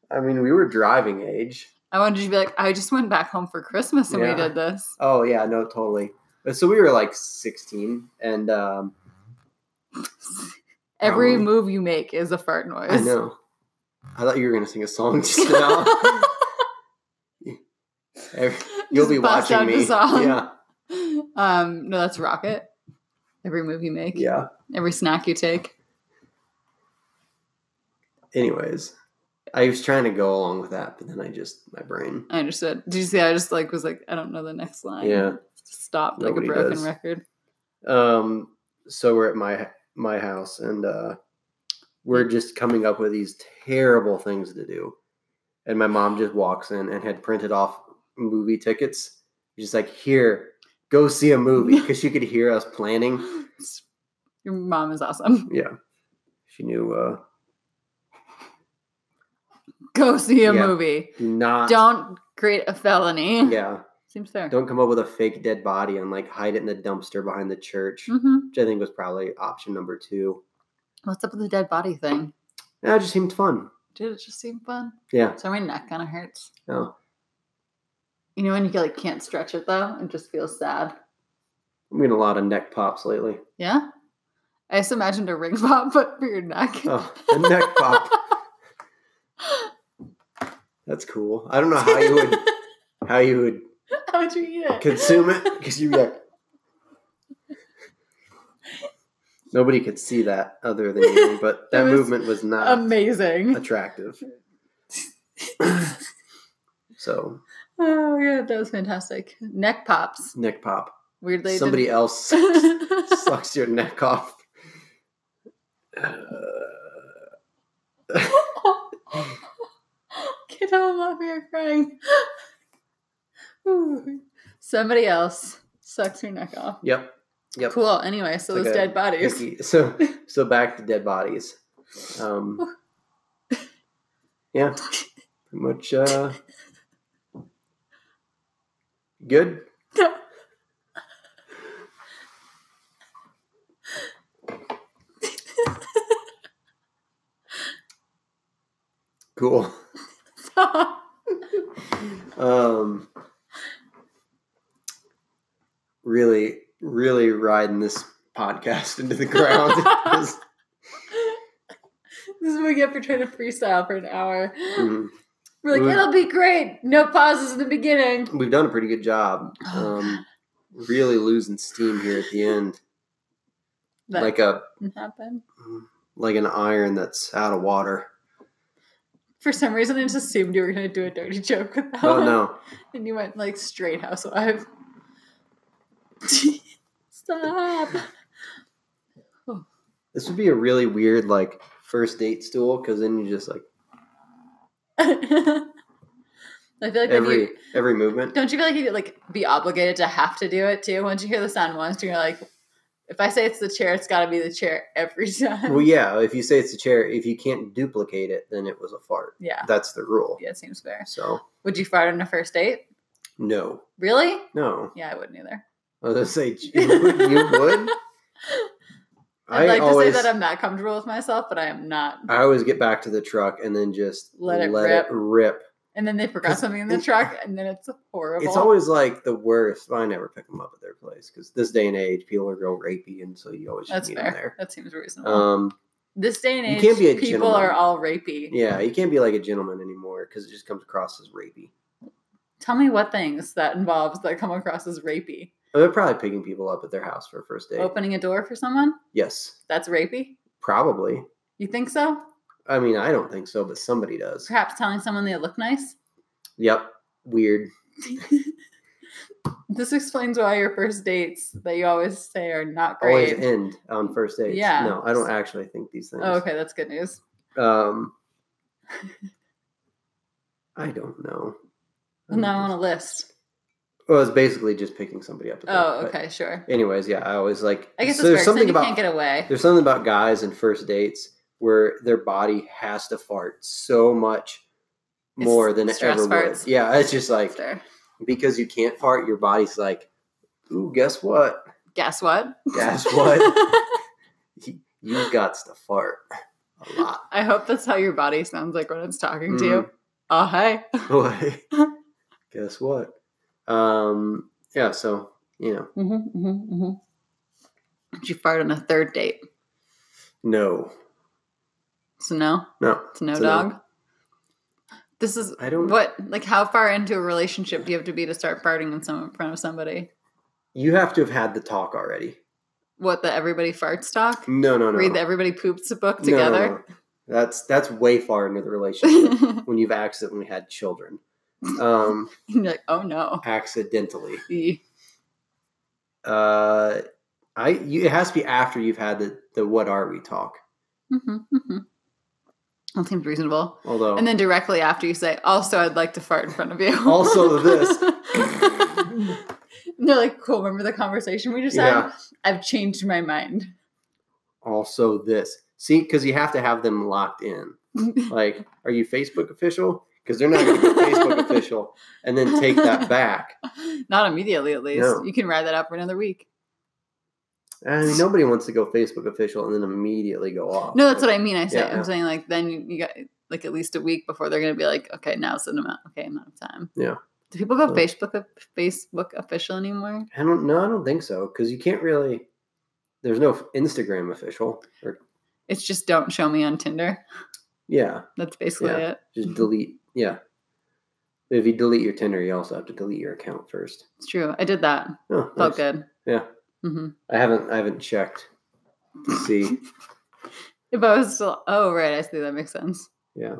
B: I mean, we were driving age.
A: I wanted you to be like, I just went back home for Christmas and
B: Yeah.
A: we did this.
B: Oh yeah, no, totally. But so we were like 16, and um,
A: Every
B: Probably.
A: move you make is a fart noise.
B: I know. I thought you were gonna sing a song just now. Every- You'll
A: Just
B: be
A: bust
B: watching
A: out the
B: me.
A: song.
B: Yeah,
A: Um, no, that's Rocket. Every move you make,
B: yeah.
A: every snack you take.
B: Anyways, I was trying to go along with that, but then I just my brain.
A: I understood. Did you see? I just like was like, I don't know the next line.
B: Yeah.
A: stopped like
B: Nobody
A: a broken
B: does.
A: record.
B: Um. So we're at my my house, and uh, we're just coming up with these terrible things to do, and my mom just walks in and had printed off movie tickets. She's like, "Here, go see a movie," because she could hear us planning.
A: Your mom is awesome.
B: Yeah, she knew. Uh,
A: Go see a
B: Yeah.
A: movie.
B: do not.
A: Don't create a felony.
B: Yeah.
A: Seems fair.
B: Don't come up with a fake dead body and like hide it in the dumpster behind the church,
A: hmm
B: which I think was probably option number two.
A: What's up with the dead body thing?
B: Yeah, it just seemed fun.
A: Did it just seem fun?
B: Yeah.
A: So my neck kind of hurts.
B: Oh.
A: You know when you like can't stretch it though, it just feels sad.
B: I'm getting a lot of neck pops lately.
A: Yeah. I just imagined a ring pop, but for your neck.
B: Oh, a neck pop. That's cool. I don't know how you would how you would
A: How would you eat it?
B: consume it because you like nobody could see that other than you, but that
A: It was
B: movement was not
A: Amazing.
B: attractive. so
A: Oh yeah, that was fantastic. Neck pops.
B: neck pop.
A: Weirdly, it
B: Somebody else
A: didn't-
B: sucks your neck off. Uh,
A: Kiddo, I'm over here crying. Ooh. Somebody else sucks your neck off.
B: yep. Yep.
A: Cool. Anyway, so
B: It's like
A: those
B: a
A: dead bodies.
B: Icky. So so back to dead bodies. Um, yeah. Pretty much uh, good. Cool. Um, really, really riding this podcast into the ground.
A: this is what we get for trying to freestyle for an hour.
B: Mhm.
A: We're like,
B: We-
A: it'll be great. No pauses in the beginning.
B: We've done a pretty good job. Um, really losing steam here at the end,
A: That
B: like a
A: didn't happen.
B: like an iron that's out of water.
A: For some reason, I just assumed you were going to do a dirty joke with that
B: Oh
A: one.
B: no.
A: And you went like straight housewife. Stop.
B: This would be a really weird like first date stool because then you just like
A: I feel like if
B: every
A: you,
B: every movement.
A: don't you feel like you like be obligated to have to do it too? Once you hear the sound once, you're like, if I say it's the chair, it's got to be the chair every time.
B: Well, yeah. If you say it's a chair, if you can't duplicate it, then it was a fart.
A: yeah,
B: That's the rule.
A: yeah, it seems fair.
B: So
A: Would you fart on a first date?
B: no,
A: Really?
B: no.
A: Yeah, I wouldn't either.
B: I was gonna say you would. You would?
A: I'd
B: I
A: like
B: always
A: to say that I'm not comfortable with myself, but I am not.
B: I always get back to the truck and then just
A: Let it rip.
B: rip.
A: and then they forgot
B: 'Cause
A: something in the
B: it-
A: truck, and then it's horrible.
B: It's always like the worst. I never pick them up at their place because this day and age, people are real rapey, and so you always just
A: that's
B: meet
A: fair.
B: them there.
A: That seems reasonable.
B: Um,
A: this day and
B: you
A: age,
B: can't be a
A: people
B: gentleman.
A: are all rapey.
B: yeah, you can't be like a gentleman anymore because it just comes across as rapey.
A: Tell me what things that involves that come across as rapey.
B: Oh, They're probably picking people up at their house for a first date.
A: Opening a door for someone?
B: Yes,
A: That's rapey?
B: probably.
A: You think so?
B: I mean, I don't think so, but somebody does.
A: Perhaps telling someone they look nice?
B: Yep, weird.
A: this explains why your first dates that you always say are not
B: Always
A: great.
B: end on first dates.
A: Yeah.
B: No, I don't actually think these things.
A: Oh, okay, that's good news.
B: Um, I don't know. Mm-hmm.
A: Well, now I want a list.
B: Well, it's basically just picking somebody up. at their-
A: Oh,
B: but
A: okay, sure.
B: Anyways, yeah, I always like.
A: I guess it's
B: so
A: fair.
B: there's
A: 'cause then
B: something
A: you
B: about
A: can't get away.
B: there's something about guys and first dates where their body has to fart so much
A: It's
B: more than it
A: stress
B: ever
A: farts.
B: would. Yeah, it's just like
A: That's fair.
B: because you can't fart, your body's like, ooh, guess what?
A: Guess what?
B: Guess what? you got to fart a lot.
A: I hope that's how your body sounds like when it's talking to you.
B: Mm-hmm.
A: Oh, hey.
B: Boy, guess what? Um, yeah, so you know,
A: Mhm,
B: mm-hmm,
A: mhm, mhm. Did you fart on a third date?
B: no,
A: So no,
B: no,
A: it's a no
B: It's a no.
A: dog. This is
B: I don't.
A: what like how far into a relationship do you have to be to start farting in some in front of somebody?
B: You have to have had the talk already.
A: What the everybody farts talk?
B: No, no, no.
A: Read the
B: no.
A: everybody poops book
B: No, no,
A: together.
B: no. That's that's way far into the relationship when you've accidentally had children, um,
A: You're like, oh no.
B: accidentally.
A: E.
B: Uh, I you, it has to be after you've had the the what are we talk. Mm-hmm,
A: Mhm, mhm. That seems reasonable.
B: Although
A: And then directly after you say, also I'd like to fart in front of you.
B: Also this.
A: And they're like, cool, remember the conversation we just
B: Yeah.
A: had? I've changed my mind.
B: also this see because you have to have them locked in. Like, are you Facebook official? Because they're not going to be Facebook official and then take that back.
A: Not immediately, at least.
B: No.
A: You can ride that out for another week.
B: I mean, nobody wants to go Facebook official and then immediately go off.
A: No, that's what I mean. I say,
B: Yeah, yeah.
A: I'm saying like then you, you got like at least a week before they're gonna be like, okay, now's the amount, okay amount of time.
B: Yeah.
A: Do people go
B: Yeah.
A: Facebook Facebook official anymore?
B: I don't know. I don't think so because you can't really. There's no Instagram official. Or
A: It's just don't show me on Tinder.
B: yeah,
A: That's basically
B: Yeah.
A: it.
B: just delete. Yeah. If you delete your Tinder, you also have to delete your account first.
A: It's true. I did that.
B: Oh,
A: Felt
B: nice.
A: good.
B: Yeah.
A: hmm
B: I haven't. I haven't checked. To see.
A: If I was still, oh right, I see that makes sense.
B: Yeah.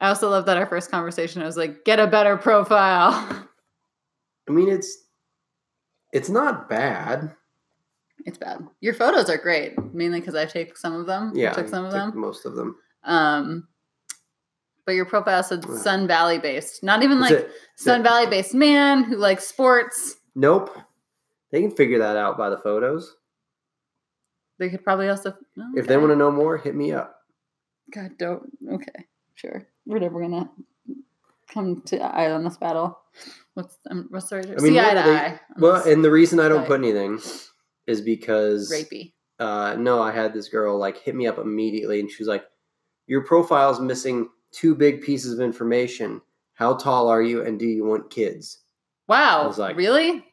A: I also love that our first conversation. I was like, get a better profile.
B: I mean, it's. It's not bad.
A: It's bad. Your photos are great, mainly because I take some of them.
B: Yeah,
A: I took some of them.
B: Most of them.
A: Um, but your profile said
B: Yeah.
A: Sun Valley based, not even
B: That's
A: like
B: it.
A: Sun Valley based man who likes sports.
B: Nope. They can figure that out by the photos.
A: They could probably also oh,
B: If they
A: okay.
B: want to know more, hit me up.
A: God, don't. Okay, sure. We're never gonna come to eye on this battle. What's um, what's the right?
B: I mean,
A: See eye
B: yeah,
A: to
B: they-
A: eye. on
B: Well,
A: this
B: and the reason I don't
A: Right.
B: put anything is because
A: rapey.
B: uh, no, I had this girl like hit me up immediately, and she was like, "Your profile's missing two big pieces of information. How tall are you, and do you want kids?"
A: Wow,
B: was like-
A: really?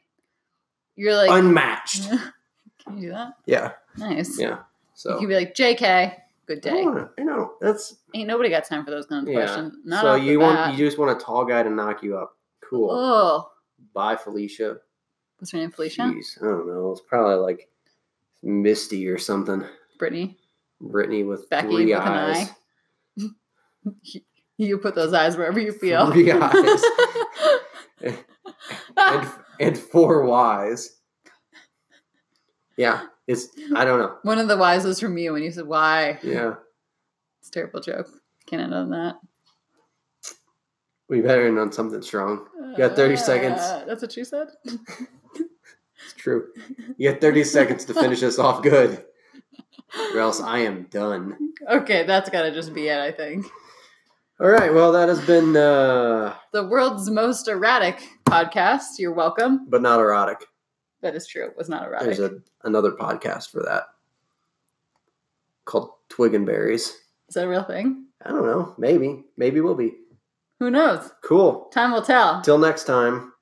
A: You're like,
B: Unmatched.
A: can you do that?
B: yeah,
A: Nice.
B: yeah.
A: You
B: So
A: can be like, JK, good
B: I
A: day.
B: don't know. I know that's
A: Ain't nobody got time for those kind of
B: Yeah.
A: questions. Not
B: so
A: off the
B: you want
A: bat.
B: you just want a tall guy to knock you up. Cool.
A: Oh,
B: Bye, Felicia.
A: what's her name? Felicia?
B: Jeez, I don't know. It's probably like Misty or something.
A: Brittany.
B: Brittany with
A: Becky
B: three
A: with an
B: eyes.
A: eye. You put those eyes wherever you feel.
B: Three eyes. and, and four Y's. Yeah, it's I don't know.
A: One of the whys was from you when you said why.
B: Yeah,
A: It's a terrible joke. Can't end on that.
B: we better end on something strong. You got 30 seconds.
A: Uh, That's what she said?
B: It's true. You got thirty seconds to finish this off good, or else I am done.
A: Okay, that's gotta just be it, I think.
B: All right. Well, that has been, uh,
A: The world's most erratic podcast. You're welcome.
B: but not erotic.
A: That is true. It was not erratic.
B: There's a, another podcast for that called Twig and Berries.
A: is that a real thing?
B: I don't know. Maybe. Maybe we'll be.
A: Who knows?
B: Cool.
A: Time will tell.
B: Till next time.